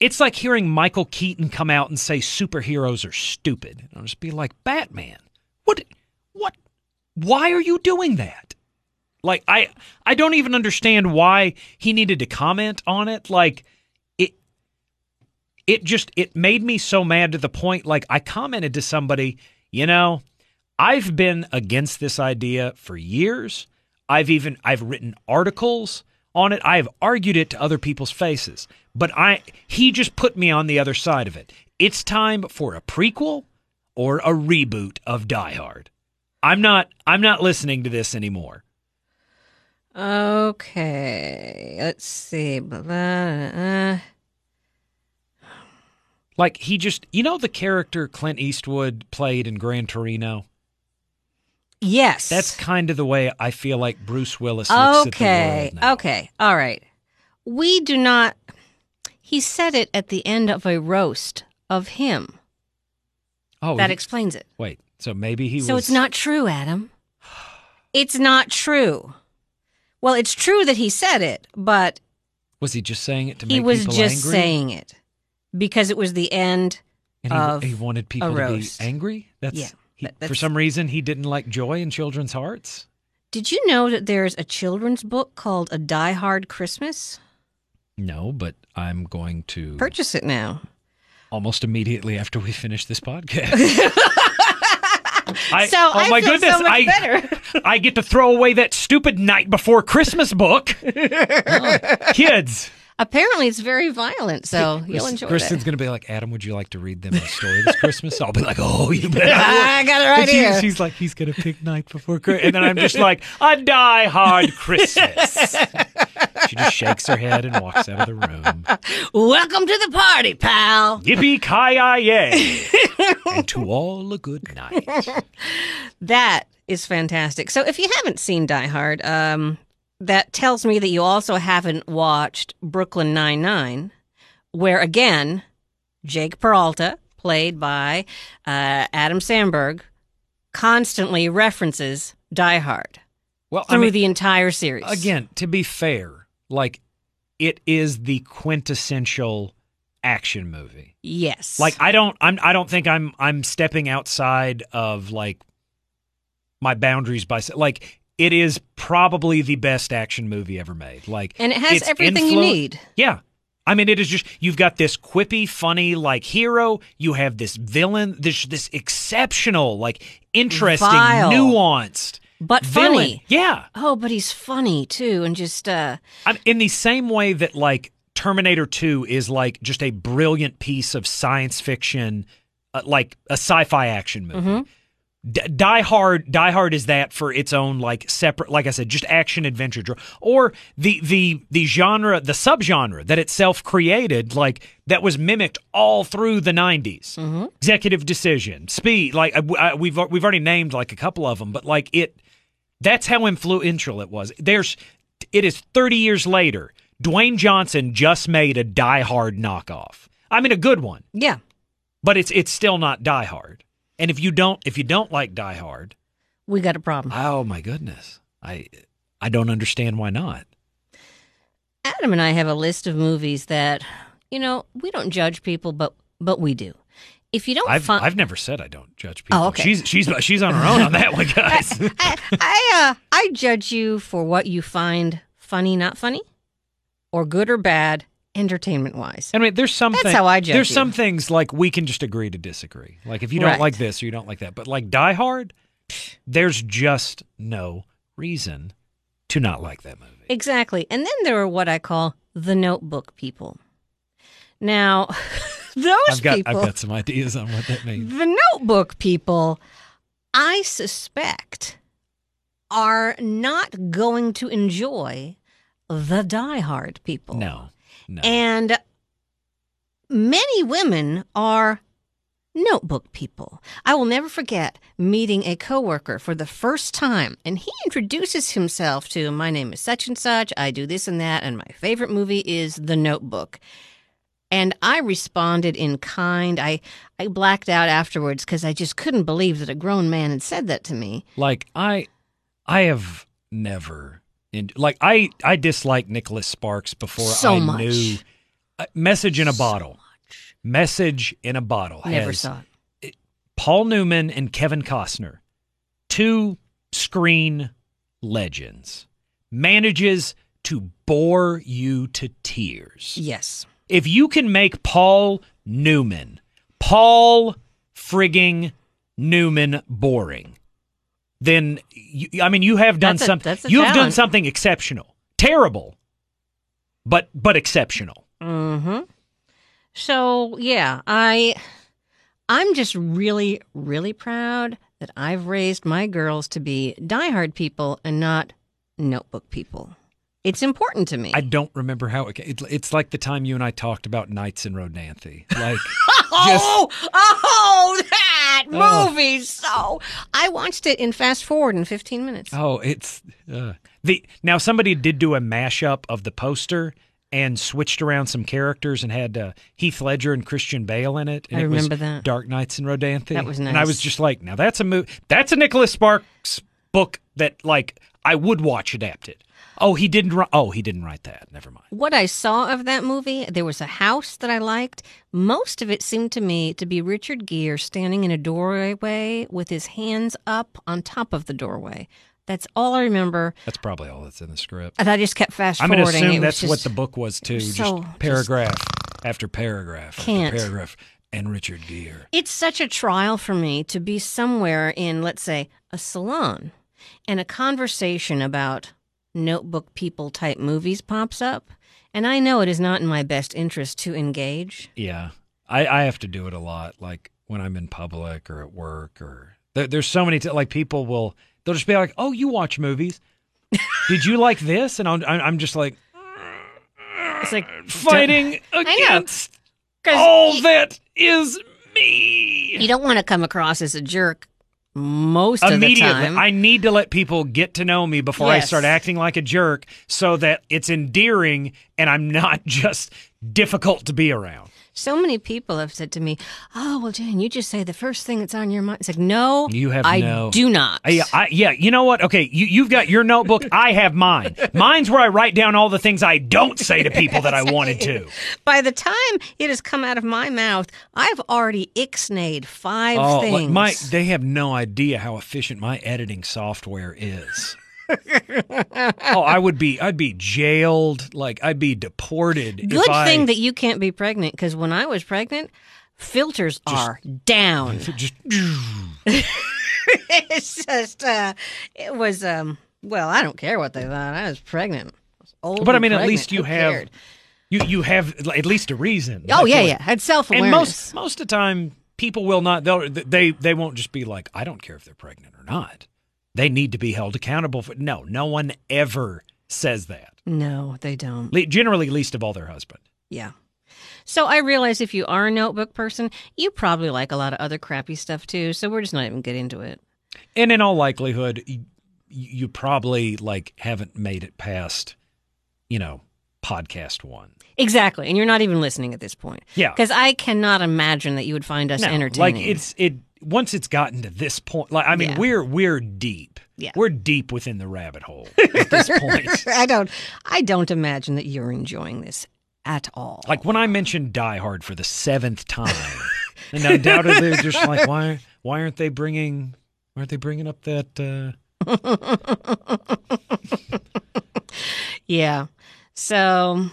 B: it's like hearing michael keaton come out and say superheroes are stupid and i'll just be like batman what what why are you doing that like i i don't even understand why he needed to comment on it like it it just it made me so mad to the point like i commented to somebody you know I've been against this idea for years. I've even I've written articles on it. I've argued it to other people's faces. But I he just put me on the other side of it. It's time for a prequel or a reboot of Die Hard. I'm not I'm not listening to this anymore.
A: Okay. Let's see. uh, Blah, blah, blah.
B: Like he just you know the character Clint Eastwood played in Gran Torino?
A: Yes.
B: That's kind of the way I feel like Bruce Willis looks at the
A: okay. Oh,
B: world now.
A: Okay. All right. We do not. He said it at the end of a roast of him.
B: Oh,
A: that
B: he-
A: explains it.
B: wait. So maybe he
A: So
B: was
A: it's not true, Adam. It's not true. Well, it's true that he said it, but
B: Was he just saying it to
A: he
B: make
A: was
B: people
A: just
B: angry?
A: saying it because it was the end.
B: and he,
A: of
B: he wanted people to be
A: roast.
B: angry. That's,
A: Yeah,
B: he-
A: that- that's-
B: for some reason he didn't like joy in children's hearts.
A: Did you know that there's a children's book called A Die Hard Christmas?
B: No, but I'm going to
A: Purchase it now.
B: almost immediately after we finish this podcast. I,
A: so
B: oh
A: I
B: my
A: feel
B: goodness!
A: so much
B: I
A: better.
B: (laughs)
A: (laughs)
B: I get to throw away that stupid night before Christmas (laughs) book. Oh. Kids,
A: Apparently, it's very violent, so you'll
B: Kristen-
A: enjoy
B: Kristen's
A: it.
B: gonna be like, Adam, would you like to read them a story this Christmas? I'll be like, Oh, (laughs) you
A: (laughs)
B: better.
A: I got it right
B: And she-
A: here.
B: she's (laughs) like, he's gonna pick night before Christmas, and then I'm just like, a die hard (laughs) Christmas. she just shakes her head and walks out of the room.
A: (laughs) Welcome to the party, pal. (laughs)
B: Yippee ki yay! (laughs) and to all a good night.
A: That is fantastic. So, if you haven't seen Die Hard, um, that tells me that you also haven't watched Brooklyn Nine Nine, where again, Jake Peralta, played by uh, Adam Sandberg, constantly references Die Hard
B: Well,
A: through
B: I mean,
A: the entire series.
B: again, to be fair, like it is the quintessential action movie.
A: yes,
B: Like I don't, I'm, I don't think I'm, I'm stepping outside of like my boundaries by sa- like it is probably the best action movie ever made. Like,
A: and it has
B: it's
A: everything you
B: influ-
A: need.
B: Yeah. I mean, it is just you've got this quippy, funny, like hero. You have this villain, this this exceptional, like interesting,
A: Vile.
B: nuanced,
A: But
B: villain.
A: funny.
B: Yeah,
A: Oh, but he's funny too, and just uh,
B: I mean, in the same way that like Terminator Two is like just a brilliant piece of science fiction, uh, like a sci-fi action movie. D- Die Hard, Die Hard is that for its own like separate, like I said, just action adventure dra- or the the the genre, the subgenre that itself created, like that was mimicked all through the 90s Executive Decision, Speed, like I, I, we've we've already named like a couple of them, but like it, that's how influential it was. There's, it is 30 years later. Dwayne Johnson just made a Die Hard knockoff. I mean, a good one
A: yeah.
B: but it's it's still not Die Hard. And if you don't if you don't like Die Hard,
A: We got a problem.
B: oh my goodness, I I don't understand why not.
A: Adam and I have a list of movies that, you know, we don't judge people, but but we do. If you don't
B: I've
A: find,
B: I've never said I don't judge people.
A: Oh, okay.
B: She's she's she's on her own on that one, guys.
A: (laughs) (laughs) I I, uh, I judge you for what you find funny, not funny, or good or bad, entertainment wise.
B: I mean, there's some
A: That's
B: thing-
A: how I judge
B: There's
A: you.
B: some things like we can just agree to disagree. Like if you don't
A: Right.
B: like this or you don't like that, but like Die Hard, there's just no reason to not like that movie.
A: Exactly. And then there are what I call the notebook people. Now, (laughs) those
B: I've got
A: people,
B: I've got some ideas on what that means.
A: the notebook people, I suspect, are not going to enjoy the diehard people.
B: No, no.
A: And many women are notebook people. I will never forget meeting a coworker for the first time and he introduces himself to my name is such and such, I do this and that and my favorite movie is The Notebook. And I responded in kind. I I blacked out afterwards cuz I just couldn't believe that a grown man had said that to me.
B: like I, I have never in, like I I disliked Nicholas Sparks before
A: So
B: I
A: much.
B: knew uh, message in a bottle. Message in a bottle.
A: Never
B: has
A: saw it.
B: Paul Newman and Kevin Costner, two screen legends, manages to bore you to tears
A: Yes.
B: if you can make Paul Newman, Paul frigging Newman boring, then you, I mean you have done
A: That's a-
B: something.
A: that's a
B: You've done
A: challenge.
B: something exceptional, terrible, but but exceptional.
A: Mm-hmm. So yeah, I I'm just really, really proud that I've raised my girls to be diehard people and not notebook people. It's important to (laughs) me.
B: I don't remember how it, it. It's like the time you and I talked about Knights in Rodanthe. Like
A: oh, oh, that
B: Oh.
A: movie! So I watched it in fast forward in 15 minutes.
B: oh, it's uh, the now somebody did do a mashup of the poster. And switched around some characters and had uh, Heath Ledger and Christian Bale in it. And
A: I
B: it was
A: remember that.
B: Dark Knights and Rodanthe.
A: That was
B: And I
A: nice.
B: was just like, now that's a movie. That's a Nicholas Sparks book that like I would watch adapted. Oh, he didn't. Ri- oh, he didn't write that. Never mind.
A: What I saw of that movie, there was a house that I liked. Most of it seemed to me to be Richard Gere standing in a doorway with his hands up on top of the doorway. That's all I remember.
B: That's probably all that's in the script.
A: And I just kept fast
B: I'm going
A: forwarding.
B: to assume
A: It was
B: that's what
A: just-
B: the book was too.
A: was
B: Just
A: so- just-
B: paragraph after paragraph
A: Can't.
B: after paragraph, and Richard Gere.
A: It's such a trial for me to be somewhere in, let's say, a salon and a conversation about notebook people type movies pops up. And I know it is not in my best interest to engage.
B: Yeah, I, I have to do it a lot, like when I'm in public or at work or there, there's so many t- like people will they'll just be like, "Oh, you watch movies? Did you like this?" And I'm I'm just like
A: It's like
B: fighting against
A: Because
B: all that is me.
A: you don't want to come across as a jerk most of the
B: Immediately,
A: time.
B: I need to let people get to know me before I
A: Yes.
B: start acting like a jerk, so that it's endearing and I'm not (laughs) just difficult to be around.
A: so many people have said to me, "Oh, well, Jane, you just say the first thing that's on your mind." It's like, no,
B: You have
A: I
B: no-
A: do not.
B: Yeah, I, uh, yeah, you know what? Okay, you, you've got your notebook. I have mine. Mine's where I write down all the things I don't say to people that I wanted to.
A: By the time it has come out of my mouth, I've already ixnayed five things.
B: like, Oh, my, they have no idea how efficient my editing software
A: (laughs)
B: is. oh, I would be, I'd be jailed. Like I'd be deported. if
A: Good
B: I-
A: thing that you can't be pregnant, because when I was pregnant, filters are
B: (laughs)
A: down.
B: just
A: it's just, uh, it was, um, well, I don't care what they thought. I was pregnant. I was old
B: But I
A: and
B: mean, at
A: pregnant.
B: least you
A: Who
B: have
A: cared?
B: you you have like, at least a reason.
A: Oh
B: That's
A: yeah,
B: what-
A: yeah. Had self
B: And
A: awareness.
B: most most of the time, people will not. They'll, they they won't just be like, I don't care if they're pregnant or not. They need to be held accountable for. No, no one ever says that.
A: No, they don't.
B: Le- generally, least of all their husband.
A: Yeah. So I realize if you are a notebook person, you probably like a lot of other crappy stuff too. So we're just not even get into it.
B: And in all likelihood, you, you probably like haven't made it past, you know, podcast one.
A: Exactly, and you're not even listening at this point.
B: Yeah.
A: Because I cannot imagine that you would find us
B: No,
A: entertaining.
B: Like
A: (laughs)
B: it's it once it's gotten to this point. Like I mean,
A: Yeah.
B: we're we're deep.
A: Yeah.
B: We're deep within the
A: (laughs)
B: rabbit hole at this point.
A: I don't. I don't imagine that you're enjoying this at all.
B: Like when I mentioned Die Hard for the seventh
A: (laughs)
B: time, and undoubtedly they're just like, why why aren't they bringing why aren't they bringing up that? Uh...
A: yeah. So,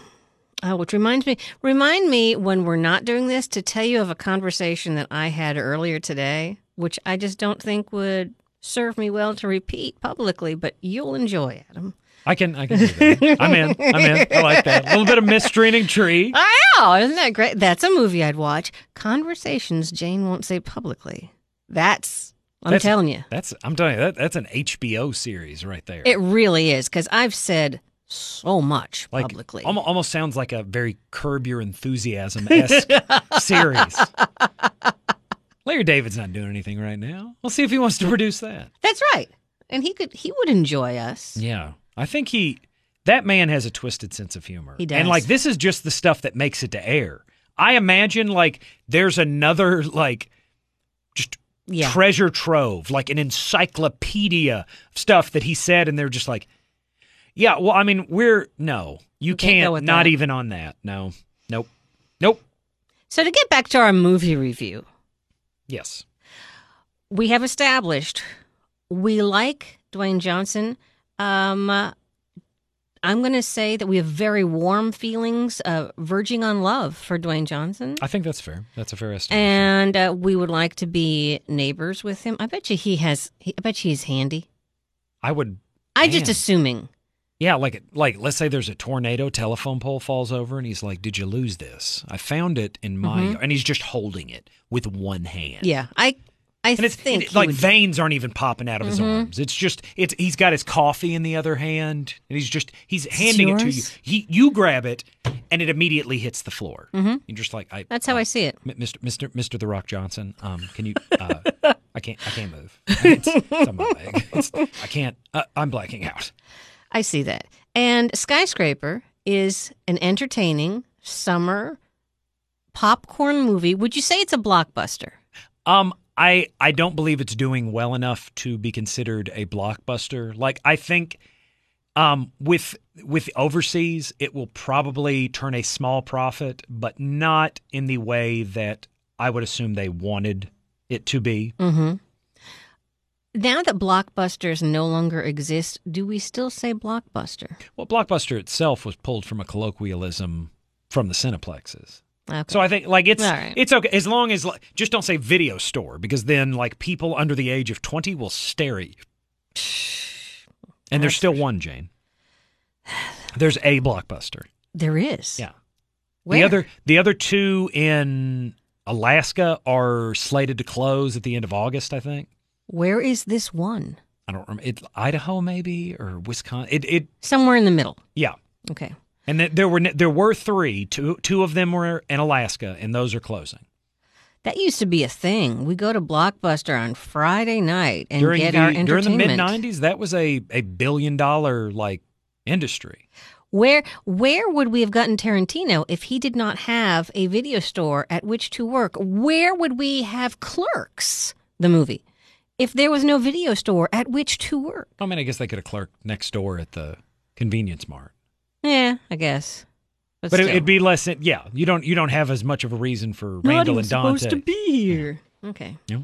A: uh, which reminds me, remind me when we're not doing this to tell you of a conversation that I had earlier today, which I just don't think would serve me well to repeat publicly, but you'll enjoy, Um, Adam.
B: I can I can do that. I'm in. I'm in. I like that. A little bit of mistreating tree.
A: I know. Isn't that great? That's a movie I'd watch. Conversations Jane won't say publicly. That's, I'm
B: That's-
A: telling you,
B: That's I'm telling you that that's an HBO series right there.
A: it really is because I've said so much
B: like
A: publicly.
B: almo- almost sounds like a very curb your enthusiasm
A: (laughs)
B: esque series. Larry David's not doing anything right now. We'll see if he wants to produce that.
A: That's right. And he could, he would enjoy us.
B: Yeah, I think he that man has a twisted sense of humor.
A: He does.
B: And like this is just the stuff that makes it to air. I imagine like there's another like just
A: Yeah.
B: treasure trove, like an encyclopedia of stuff that he said, and they're just like, yeah, well, I mean, we're no, you
A: can't
B: can't,
A: go with
B: not
A: that.
B: even on that. No, nope, nope.
A: So to get back to our movie review,
B: Yes,
A: we have established we like Dwayne Johnson. Um, uh, I'm going to say that we have very warm feelings, uh, verging on love for Dwayne Johnson.
B: I think that's fair. That's a fair estimate.
A: And uh, we would like to be neighbors with him. I bet you he has. He, I bet you he's handy.
B: I would,
A: I just
B: Man.
A: assuming.
B: yeah, like like let's say there's a tornado, telephone pole falls over, and he's like, "Did you lose this? I found it in my," yard," and he's just holding it with one hand.
A: Mm-hmm. Yeah, I. I
B: And it's
A: think
B: it-
A: he
B: like
A: would-
B: veins aren't even popping out of his
A: Mm-hmm.
B: arms. It's just it's he's got his coffee in the other hand, and he's just he's handing it to you.
A: yours?
B: He you grab it, and it immediately hits the floor.
A: Mm-hmm.
B: You're just like I.
A: That's how I see it.
B: M- Mr. Mr. Mr. The Rock Johnson, um, can you?
A: (laughs)
B: Uh, I can't. I can't move. It's, it's on my leg. It's, I can't. Uh, I'm blacking out.
A: I see that. And Skyscraper is an entertaining summer popcorn movie. Would you say it's a blockbuster?
B: Um, I I don't believe it's doing well enough to be considered a blockbuster. Like I think, um, with with overseas, it will probably turn a small profit, but not in the way that I would assume they wanted it to be.
A: Mm-hmm. Now that blockbusters no longer exist, do we still say blockbuster?
B: Well, blockbuster itself was pulled from a colloquialism from the cineplexes.
A: Okay.
B: So I think like it's
A: All right.
B: it's okay as long as like, just don't say video store because then like people under the age of 20 will stare at you.
A: (sighs)
B: And there's still one, Jane. There's a
A: (sighs)
B: blockbuster.
A: there is.
B: Yeah.
A: Where?
B: The other the other two in Alaska are slated to close at the end of August, I think.
A: Where is this one?
B: I don't remember. It Idaho maybe or Wisconsin. It it
A: Somewhere in the middle.
B: yeah.
A: Okay.
B: And th- there were n- there were 3, two two of them were in Alaska and those are closing.
A: That used to be a thing. We go to Blockbuster on Friday night and
B: during
A: get
B: the,
A: our entertainment.
B: during the mid 90s that was a, a billion dollar like industry
A: Where where would we have gotten Tarantino if he did not have a video store at which to work? Where would we have Clerks, the movie, if there was no video store at which to work?
B: i mean i guess they could have clerked next door at the convenience mart
A: Yeah, I guess. But,
B: but it,
A: still.
B: it'd be less than, yeah you don't you don't have as much of a reason for
A: Nobody
B: randall
A: was
B: and dante
A: supposed to be here. Okay.
B: Yep.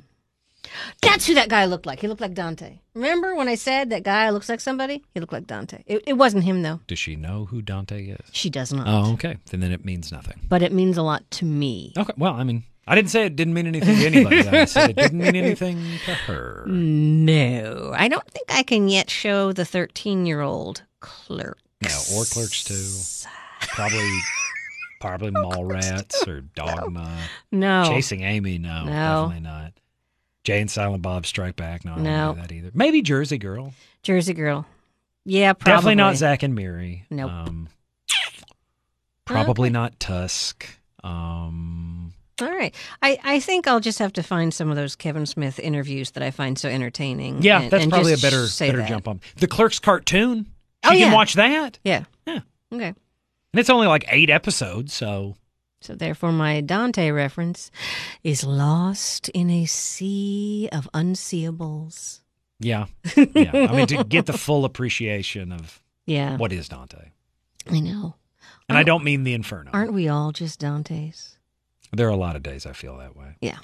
A: That's who that guy looked like. He looked like Dante. Remember when I said that guy looks like somebody? He looked like Dante. It, it wasn't him though.
B: does she know who dante is
A: She does not.
B: oh okay then then it means nothing
A: But it means a lot to me.
B: okay well i mean i didn't say it didn't mean anything to anybody i said it didn't mean anything to her
A: (laughs) No, I don't think I can yet show the 13 year old clerks.
B: no or clerks too probably probably mall rats or dogma
A: No.
B: Chasing Amy, no,
A: Oh. No.
B: definitely not. Jay and Silent Bob Strike Back, no, I don't
A: No.
B: do that either. Maybe Jersey Girl.
A: Jersey Girl. Yeah, probably.
B: Definitely not Zach and Miri.
A: Nope.
B: Um, probably
A: Okay.
B: not Tusk. Um,
A: All right. I, I think I'll just have to find some of those Kevin Smith interviews that I find so entertaining.
B: yeah,
A: Mm, and-
B: that's
A: and
B: probably a
A: just
B: better
A: say
B: better
A: that.
B: jump on. The Clerks cartoon.
A: Oh,
B: you
A: yeah.
B: can watch that.
A: Yeah.
B: Yeah.
A: Okay.
B: And it's only like eight episodes, so
A: So, therefore, my Dante reference is lost in a sea of unseeables.
B: yeah. yeah. I
A: (laughs)
B: mean, to get the full appreciation of
A: Yeah.
B: what is Dante.
A: I know.
B: And I don't mean the Inferno.
A: Aren't we all just Dantes?
B: there are a lot of days I feel that way.
A: Yeah.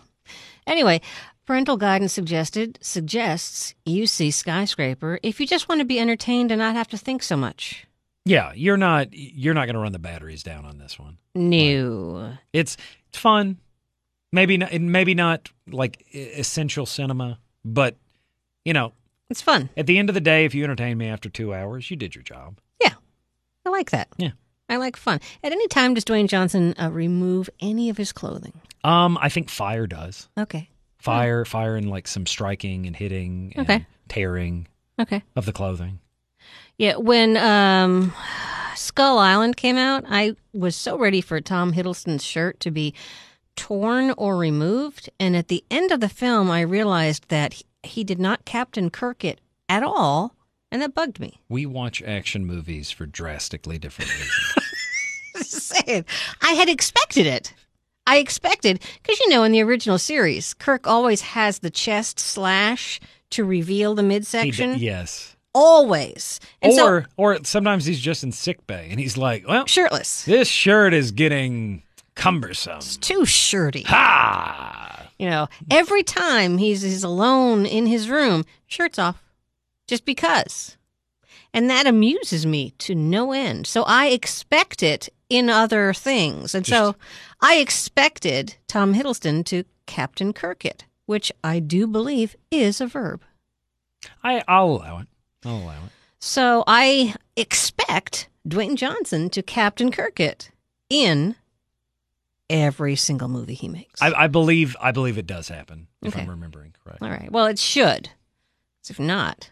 A: Anyway, parental guidance suggested suggests you see skyscraper if you just want to be entertained and not have to think so much.
B: Yeah, you're not you're not going to run the batteries down on this one.
A: No.
B: It's it's fun. Maybe not maybe not like e- essential cinema, but you know,
A: It's fun.
B: At the end of the day, if you entertain me after two hours, you did your job.
A: I like that.
B: Yeah.
A: I like fun. At any time, does Dwayne Johnson uh, remove any of his clothing?
B: Um, I think fire does.
A: Okay.
B: Fire, fire, and like some striking and hitting and
A: Hmm. Okay.
B: tearing
A: Okay.
B: of the clothing.
A: Yeah. When um, Skull Island came out, I was so ready for Tom Hiddleston's shirt to be torn or removed. And at the end of the film, I realized that he- he did not Captain Kirk it at all. And that bugged me.
B: We watch action movies for drastically different reasons.
A: (laughs) saying. I had expected it. I expected because you know in the original series, Kirk always has the chest slash to reveal the
B: He d-
A: midsection.
B: yes.
A: Always, and so
B: or or sometimes he's just in sick bay and he's like, well,
A: shirtless,
B: this shirt is getting cumbersome.
A: too shirty.
B: Ha!
A: You know, every time he's he's alone in his room, shirts off, just because, and that amuses me to no end. So I expect it in other things, and so I expected Tom Hiddleston to Captain Kirk it, which I do believe is a verb.
B: I I'll allow it. I'll allow it.
A: So I expect Dwayne Johnson to Captain Kirk it in every single movie he makes.
B: I, I believe I believe it does happen if
A: Okay.
B: I'm remembering correct.
A: All right. Well, it should. 'Cause If not,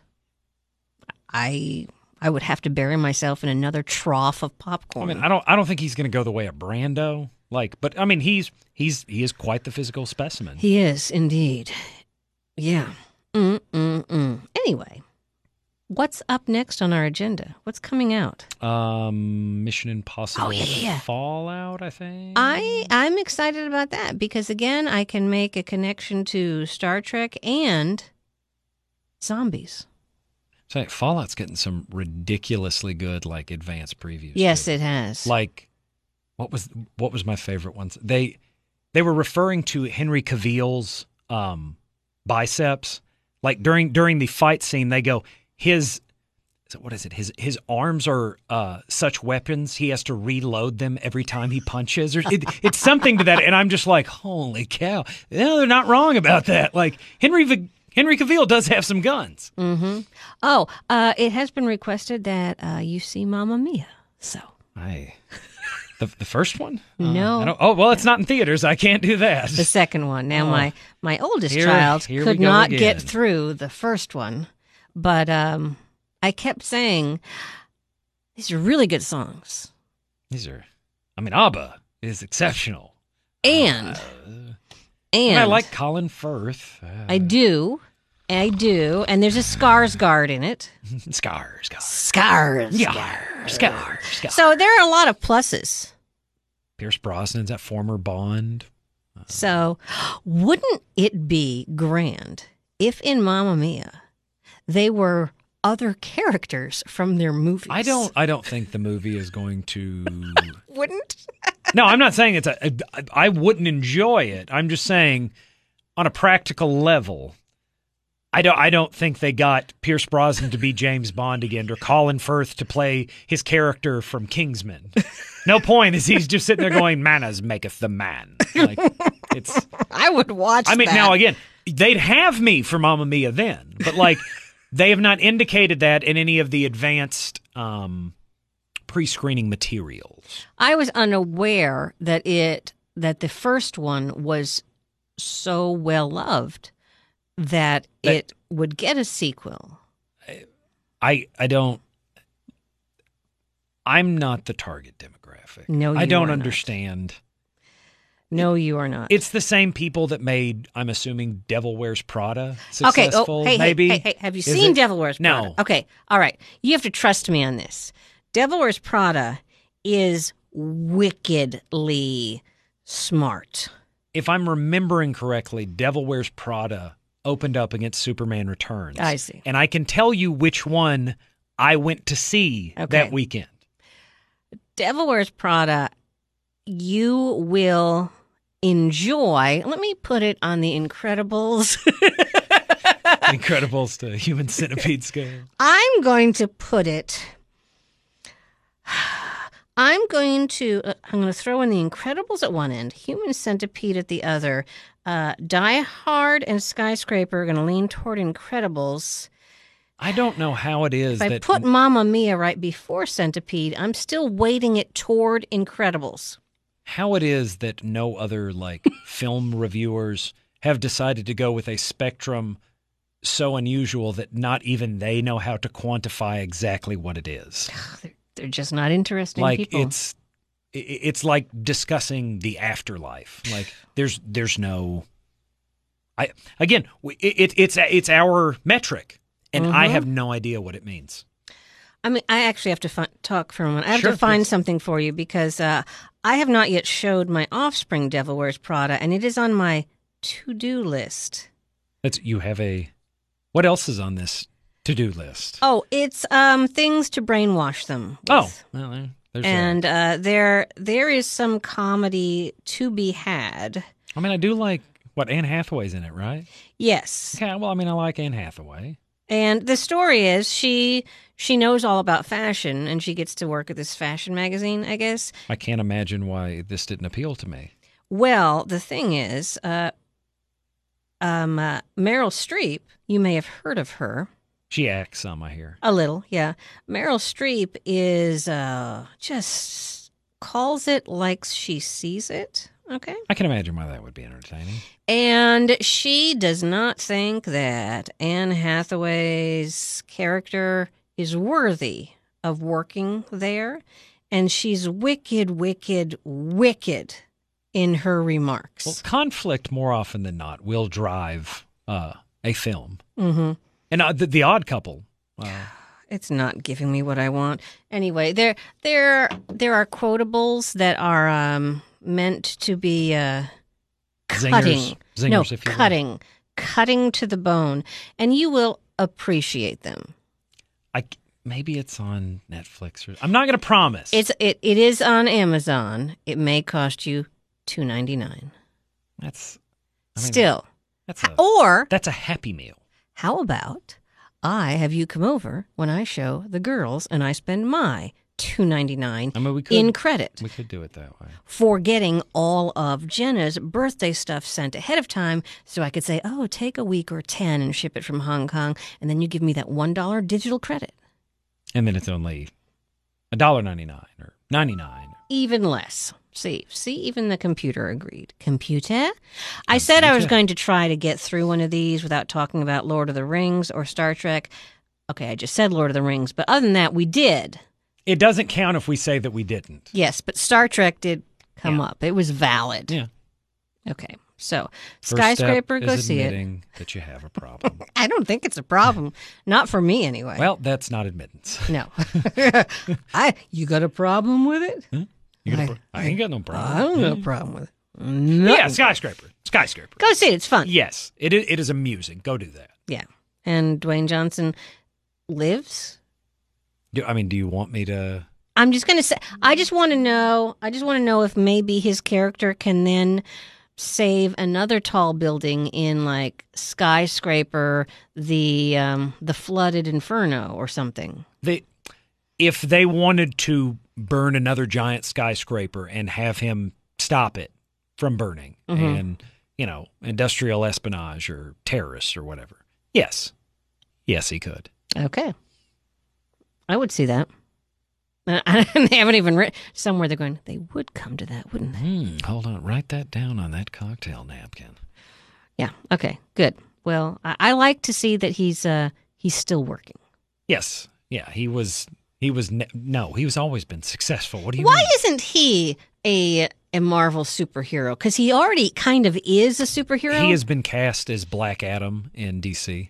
A: I I would have to bury myself in another trough of
B: I
A: popcorn.
B: mean, I don't I don't think he's going to go the way of Brando. Like, but I mean, he's he's he is quite the physical specimen.
A: he is indeed. Yeah. Mm mm mm. Anyway, what's up next on our agenda? What's coming out?
B: um, Mission Impossible
A: Oh, yeah, yeah, yeah.
B: Fallout, I think.
A: I I'm excited about that because again, I can make a connection to Star Trek and zombies.
B: So, Fallout's getting some ridiculously good like advanced previews.
A: Yes,
B: too.
A: it has.
B: like what was what was my favorite ones? They they were referring to Henry Cavill's um biceps. Like during during the fight scene, they go his is it- what is it? His his arms are uh, such weapons. He has to reload them every time he punches, or it, it's something to that. And I'm just like, holy cow! No, they're not wrong about that. Like Henry V- Henry Cavill does have some guns.
A: hmm Oh, uh, it has been requested that uh, you see Mamma Mia. So
B: I the the first one?
A: No.
B: I don't, oh well, it's not in theaters. I can't do that.
A: the second one. Now my my oldest
B: Oh. Here-
A: child
B: here we
A: could
B: go
A: not
B: again.
A: get through the first one, but um, I kept saying these are really good songs.
B: These are, I mean, ABBA is exceptional.
A: And
B: Uh,
A: and
B: I like Colin Firth. Uh,
A: I do. I do. And there's a scars guard in it.
B: Scar, Scar,
A: Scars.
B: Scar, Scar, Scar.
A: So there are a lot of pluses.
B: Pierce Brosnan's that former Bond.
A: So wouldn't it be grand if in Mamma Mia they were other characters from their movies?
B: I don't. I don't think the movie is going to.
A: Wouldn't? (laughs)
B: no, I'm not saying it's a. I- I wouldn't enjoy it. I'm just saying, on a practical level, I don't. I don't think they got Pierce Brosnan to be James Bond again, or Colin Firth to play his character from Kingsman. No point is he's just sitting there going, "Manners maketh the man." Like it's.
A: I would watch
B: I mean,
A: that.
B: now again, they'd have me for Mamma Mia then, but like they have not indicated that in any of the advanced um, pre-screening materials.
A: I was unaware that it that the first one was so well loved that
B: That-
A: it would get a sequel.
B: I I don't. I'm not the target demographic.
A: No,
B: I
A: you
B: don't
A: are not.
B: understand.
A: No, you are not.
B: It's the same people that made, I'm assuming, Devil Wears Prada
A: Okay.
B: successful.
A: Oh, hey, hey,
B: maybe.
A: Hey, hey, have you
B: Is
A: seen
B: it-
A: Devil Wears Prada?
B: No.
A: Okay. All right. You have to trust me on this. Devil Wears Prada is wickedly smart.
B: If I'm remembering correctly, Devil Wears Prada opened up against Superman Returns.
A: I see.
B: And I can tell you which one I went to see
A: Okay.
B: that weekend.
A: Devil Wears Prada, you will enjoy. Let me put it on the Incredibles. (laughs)
B: Incredibles to Human Centipede scale.
A: I'm going to put it. I'm going to. Uh, I'm going to throw in the Incredibles at one end, Human Centipede at the other. Uh, Die Hard and Skyscraper are going to lean toward Incredibles,
B: I don't know how it is
A: If I
B: that
A: put Mamma Mia right before Centipede, I'm still weighting it toward Incredibles.
B: how it is that no
A: (laughs)
B: other like film reviewers have decided to go with a spectrum so unusual that not even they know how to quantify exactly what it is.
A: They're, they're just not interesting
B: like
A: people.
B: it's i- i- it's like discussing the afterlife.
A: (sighs)
B: Like there's there's no I again we- i- it, it's it's our metric and I
A: Mhm.
B: have no idea what it means.
A: I mean, I actually have to fi- talk for a moment. I have
B: Sure,
A: to find
B: please.
A: something for you because uh, I have not yet showed my offspring Devil Wears Prada, and it is on my to do list.
B: That's you have a what else is on this to-do list?
A: Oh, it's um, things to brainwash them. with.
B: Oh, well, there- there's that.
A: and uh, there there is some comedy to be had.
B: I mean, I do like what Anne Hathaway's in it, right?
A: Yes.
B: Okay, well, I mean, I like Anne Hathaway.
A: And the story is she she knows all about fashion and she gets to work at this fashion magazine, I guess.
B: I can't imagine why this didn't appeal to me.
A: Well, the thing is, uh, um, uh, Meryl Streep, you may have heard of her
B: She acts some, I hear.
A: a little, yeah. Meryl Streep is uh, just calls it like she sees it, okay?
B: I can imagine why that would be entertaining.
A: And she does not think that Anne Hathaway's character is worthy of working there. And she's wicked, wicked, wicked in her
B: Well,
A: remarks.
B: conflict more often than not will drive uh, a film,
A: hmm
B: and uh, the, the Odd Couple. Uh,
A: It's not giving me what I want. Anyway, there, there, there are quotables that are um, meant to be uh,
B: Zingers-
A: cutting,
B: zingers,
A: no,
B: if you will.
A: cutting, cutting to the bone, and you will appreciate them.
B: I c- maybe it's on Netflix. Or, I'm not going to promise.
A: It's it, it is on Amazon. It may cost you two ninety nine.
B: that's I mean,
A: Still,
B: That's a,
A: or
B: that's a happy meal.
A: how about I have you come over when I show the girls and I spend my two ninety nine
B: I mean, we could
A: in credit
B: we could do it that way.
A: for getting all of Jenna's birthday stuff sent ahead of time, so I could say, oh, take a week or ten and ship it from Hong Kong, and then you give me that one dollar digital credit,
B: And then it's only a dollar ninety nine or ninety nine.
A: even less. See, see, even the computer agreed. Computer? I said I was
B: Computer.
A: going to try to get through one of these without talking about Lord of the Rings or Star Trek. Okay, I just said Lord of the Rings, but other than that, we did.
B: It doesn't count if we say that we didn't.
A: Yes, but Star Trek did come
B: Yeah.
A: up. It was valid.
B: Yeah.
A: Okay, so
B: First
A: skyscraper,
B: step
A: go
B: is
A: see it.
B: admitting that you have a
A: (laughs)
B: problem.
A: I don't think it's a problem. Not for me, anyway.
B: well, that's not admittance.
A: no. (laughs) I you got a problem with it?
B: You got a
A: I-
B: pro- I, ain't got no problem.
A: I don't got a problem with it. No.
B: Yeah, skyscraper, skyscraper.
A: Go see it. It's fun.
B: Yes, it is, it is amusing. Go do that.
A: Yeah. And Dwayne Johnson lives.
B: Do, I mean, do you want me to?
A: I'm just going to say I just want to know I just want to know if maybe his character can then save another tall building in like skyscraper the um the flooded inferno or something.
B: They, if they wanted to burn another giant skyscraper and have him stop it from burning,
A: Mhm.
B: and you know, industrial espionage or terrorists or whatever. Yes, yes, he could.
A: Okay. I would see that. Uh, (laughs) they haven't even written somewhere they're going, they would come to that, wouldn't they?
B: Hmm, hold on, write that down on that cocktail napkin.
A: Yeah. Okay. Good. Well, I, I like to see that he's uh he's still working.
B: Yes, yeah, he was. He was ne- no. He was always been successful. What do you
A: Why
B: mean?
A: isn't he a a Marvel superhero? Because he already kind of is a superhero.
B: He has been cast as Black Adam in DC.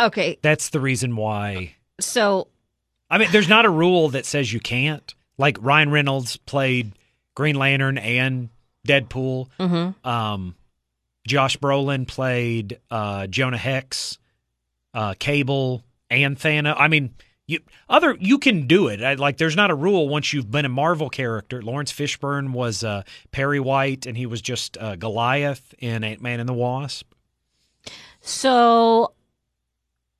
A: okay.
B: That's the reason why.
A: So
B: I mean, there's not a rule that says you can't. Like Ryan Reynolds played Green Lantern and Deadpool.
A: mhm.
B: Um, Josh Brolin played uh, Jonah Hex, uh, Cable, and Thanos. I mean, you other you can do it. I, like, there's not a rule once you've been a Marvel character. Lawrence Fishburne was uh, Perry White, and he was just uh, Goliath in Ant Man and the Wasp.
A: so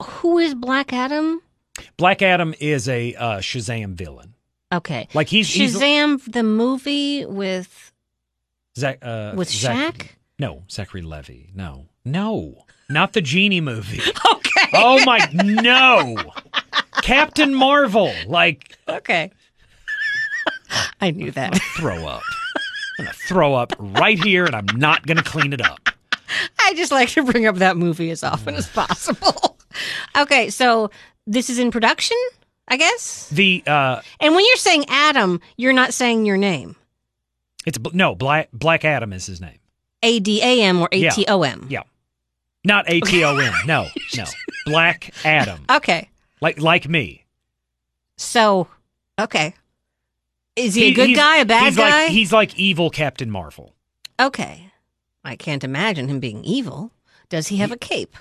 A: who is Black Adam?
B: Black Adam is a uh, Shazam villain.
A: Okay.
B: Like he's he's
A: Shazam the movie with
B: Zach, uh,
A: with
B: Zach-
A: Shaq?
B: No, Zachary Levy. No, no. not the genie movie.
A: (laughs) Okay.
B: Oh my no. Captain Marvel, like (laughs)
A: Okay. I knew that.
B: throw up. I'm gonna throw up right here and I'm not gonna clean it up.
A: (laughs) I just like to bring up that movie as often as possible. (laughs) okay, so this is in production, I guess.
B: The uh
A: And when you're saying Adam, you're not saying your name.
B: it's bl- no, Black Black Adam is his name.
A: A D A M or A
B: Yeah.
A: T O M.
B: Yeah. Not A T
A: (laughs)
B: O M. No, no. Black Adam.
A: Okay.
B: Like like me.
A: So, okay. Is he,
B: He-
A: a good
B: he's-
A: guy, a bad
B: he's
A: guy?
B: Like, he's like evil Captain Marvel.
A: okay. I can't imagine him being evil. Does he have a cape?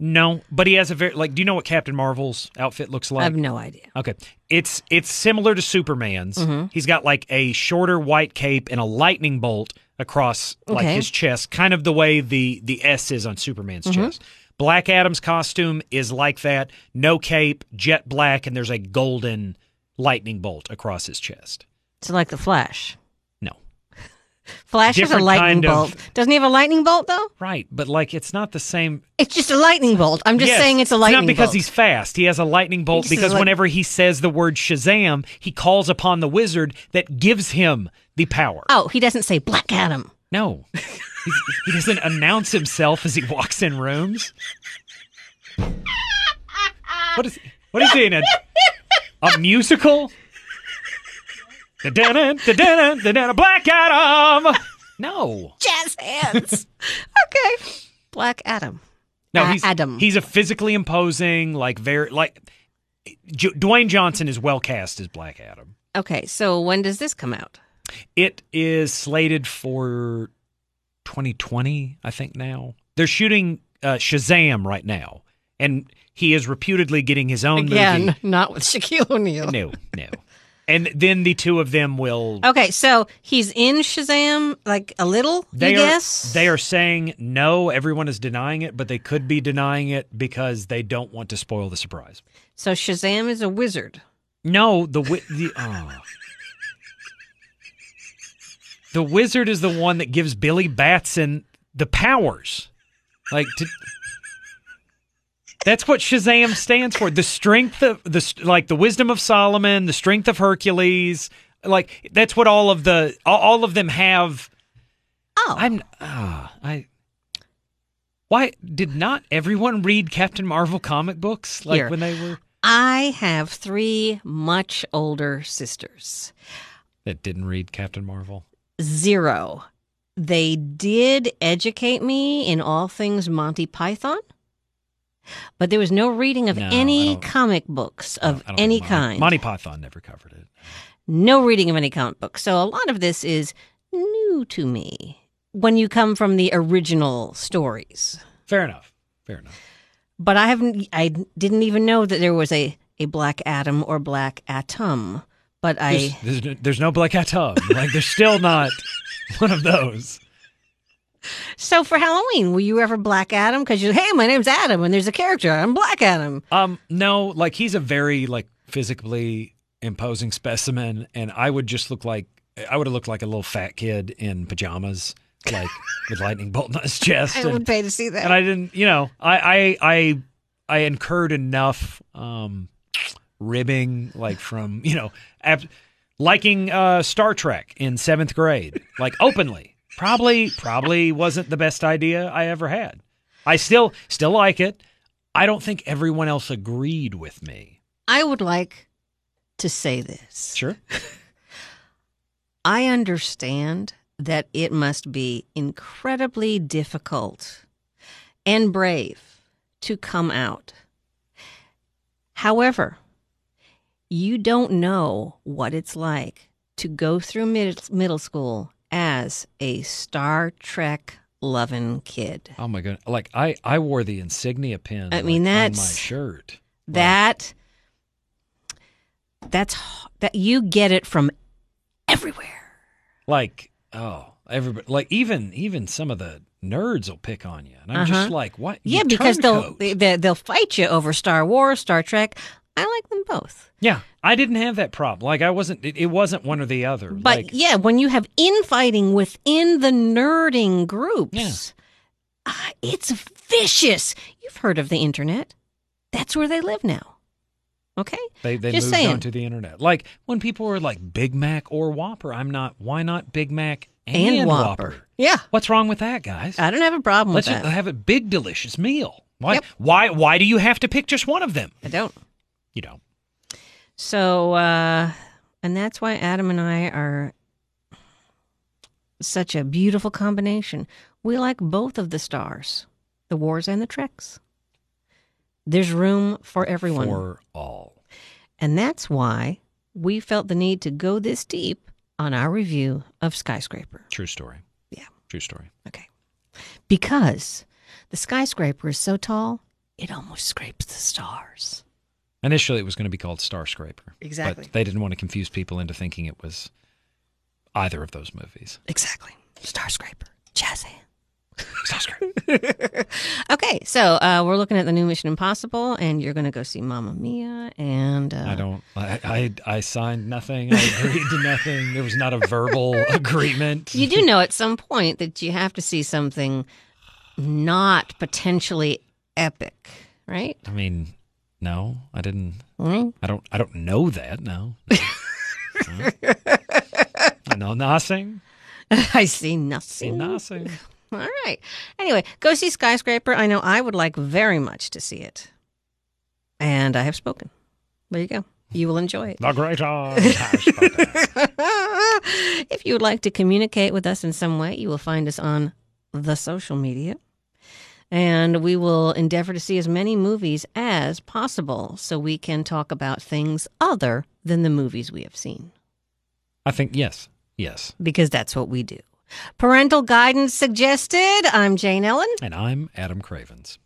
B: No, but he has a very like. Do you know what Captain Marvel's outfit looks
A: I
B: like?
A: have no idea.
B: okay, it's it's similar to Superman's.
A: Mhm.
B: He's got like a shorter white cape and a lightning bolt across like
A: Okay.
B: his chest, kind of the way the the S is on Superman's chest. Black Adam's costume is like that. No cape, jet black, and there's a golden lightning bolt across his chest.
A: It's like the Flash.
B: No,
A: Flash has a
B: Different
A: lightning
B: kind of-
A: bolt. Doesn't he have a lightning bolt though?
B: right, but like it's not the same.
A: It's just a lightning bolt. I'm just
B: Yes.
A: saying it's a lightning
B: Not because
A: bolt.
B: he's fast. He has a lightning bolt
A: just is
B: because
A: like-
B: whenever he says the word Shazam, he calls upon the wizard that gives him the power.
A: Oh, he doesn't say Black
B: (laughs)
A: Adam.
B: No. He's- he doesn't announce himself as he walks in rooms. What is what is he in a, a musical? Da-da-da, da-da-da, da-da-da, Black Adam. No.
A: Jazz hands. (laughs) okay. Black Adam.
B: No,
A: Uh,
B: he's
A: Adam.
B: He's a physically imposing, like very like J- Dwayne Johnson is well cast as Black Adam.
A: Okay, so when does this come out?
B: It is slated for 2020, I think. Now they're shooting uh, Shazam right now, and he is reputedly getting his own
A: Again,
B: movie.
A: not with Shaquille O'Neal.
B: (laughs) No, no, and then the two of them will.
A: Okay, so he's in Shazam, like a little,
B: They
A: you
B: are
A: guess?
B: they are saying no. Everyone is denying it, but they could be denying it because they don't want to spoil the surprise.
A: So Shazam is a wizard.
B: No, the wi- the oh. the wizard is the one that gives Billy Batson the powers. Like to, that's what Shazam stands for. The strength of the s- like the wisdom of Solomon, the strength of Hercules. Like that's what all of the all- all of them have.
A: Oh,
B: I'm ah I. Why did not everyone read Captain Marvel comic books like
A: Here.
B: when they were?
A: I have three much older sisters.
B: That didn't read Captain Marvel.
A: Zero. They did educate me in all things Monty Python, but there was no reading of
B: No, I
A: any
B: don't-
A: comic books
B: I
A: of
B: don't think
A: any
B: Monty-
A: kind.
B: Monty Python never covered it.
A: no reading of any comic book. So a lot of this is new to me when you come from the original stories.
B: Fair enough. Fair enough.
A: But I haven't I didn't even know that there was a a Black Adam or Black Atom, but I
B: There's, there's, no- there's no Black Atom. (laughs) Like there's still not (laughs) one of those.
A: So for Halloween, were you ever Black Adam because you hey, my name's Adam and there's a character, I'm Black Adam.
B: Um, no, like he's a very like physically imposing specimen, and I would just look like I would have looked like a little fat kid in pajamas, like with lightning bolt on his
A: (laughs)
B: chest.
A: I
B: and-
A: would pay to see that.
B: and I didn't, you know, I I I, I incurred enough um, ribbing, like from you know, ab- liking uh, Star Trek in seventh grade, like openly. Probably probably wasn't the best idea I ever had. I still still like it. I don't think everyone else agreed with me.
A: I would like to say this.
B: Sure.
A: I understand that it must be incredibly difficult and brave to come out. However, you don't know what it's like to go through mid- middle school as a Star Trek loving kid.
B: Oh my god! Like I I wore the insignia pin.
A: I mean,
B: like, on my
A: that's-
B: shirt. Like,
A: that that's h- that you get it from everywhere
B: like oh everybody like even even some of the nerds will pick on you and i'm
A: Uh-huh.
B: just like what You
A: yeah because they'll
B: turncoat.
A: they, they- they'll fight you over star wars star trek i like them both
B: yeah i didn't have that problem like i wasn't it, it wasn't one or the other
A: but
B: like
A: yeah when you have infighting within the nerding groups Ah, it's vicious. You've heard of the internet. That's where they live now. Okay?
B: They they
A: Just
B: moved
A: saying.
B: on to the internet. Like when people were like Big Mac or Whopper, I'm not. Why not Big Mac and, Whopper?
A: Yeah.
B: What's wrong with that, guys?
A: I don't have a problem
B: Let's
A: with
B: just
A: that.
B: have a big delicious meal. Why
A: Yep.
B: why why do you have to pick just one of them?
A: I don't.
B: You know.
A: So, uh, and that's why Adam and I are such a beautiful combination. We like both of the stars, the wars and the treks. There's room for everyone.
B: For all.
A: And that's why we felt the need to go this deep on our review of Skyscraper.
B: True story.
A: Yeah.
B: True story.
A: Okay. Because the skyscraper is so tall, it almost scrapes the stars.
B: Initially, it was going to be called Starscraper.
A: Exactly.
B: But they didn't want to confuse people into thinking it was either of those movies.
A: Exactly. Starscraper. Jazz hand.
B: Starscraper.
A: (laughs) Okay, so uh, we're looking at the new Mission Impossible, and you're going to go see Mamma Mia, and uh,
B: I don't. (laughs) I, I I signed nothing. I agreed to nothing. There was not a verbal agreement.
A: you do know at some point that you have to see something not potentially epic, right?
B: I mean, no, I didn't.
A: Hmm?
B: I don't. I don't know that. No. No. I know nothing.
A: (laughs) I see
B: See
A: nothing.
B: nothing.
A: All right. Anyway, go see Skyscraper. I know I would like very much to see it, and I have spoken. There you go. You will enjoy it.
B: The great art has spoken.
A: (laughs) if you would like to communicate with us in some way, you will find us on the social media. And we will endeavor to see as many movies as possible so we can talk about things other than the movies we have seen,
B: I think yes, yes.
A: because that's what we do. Parental guidance suggested. I'm Jane Ellen.
B: And I'm Adam Cravens.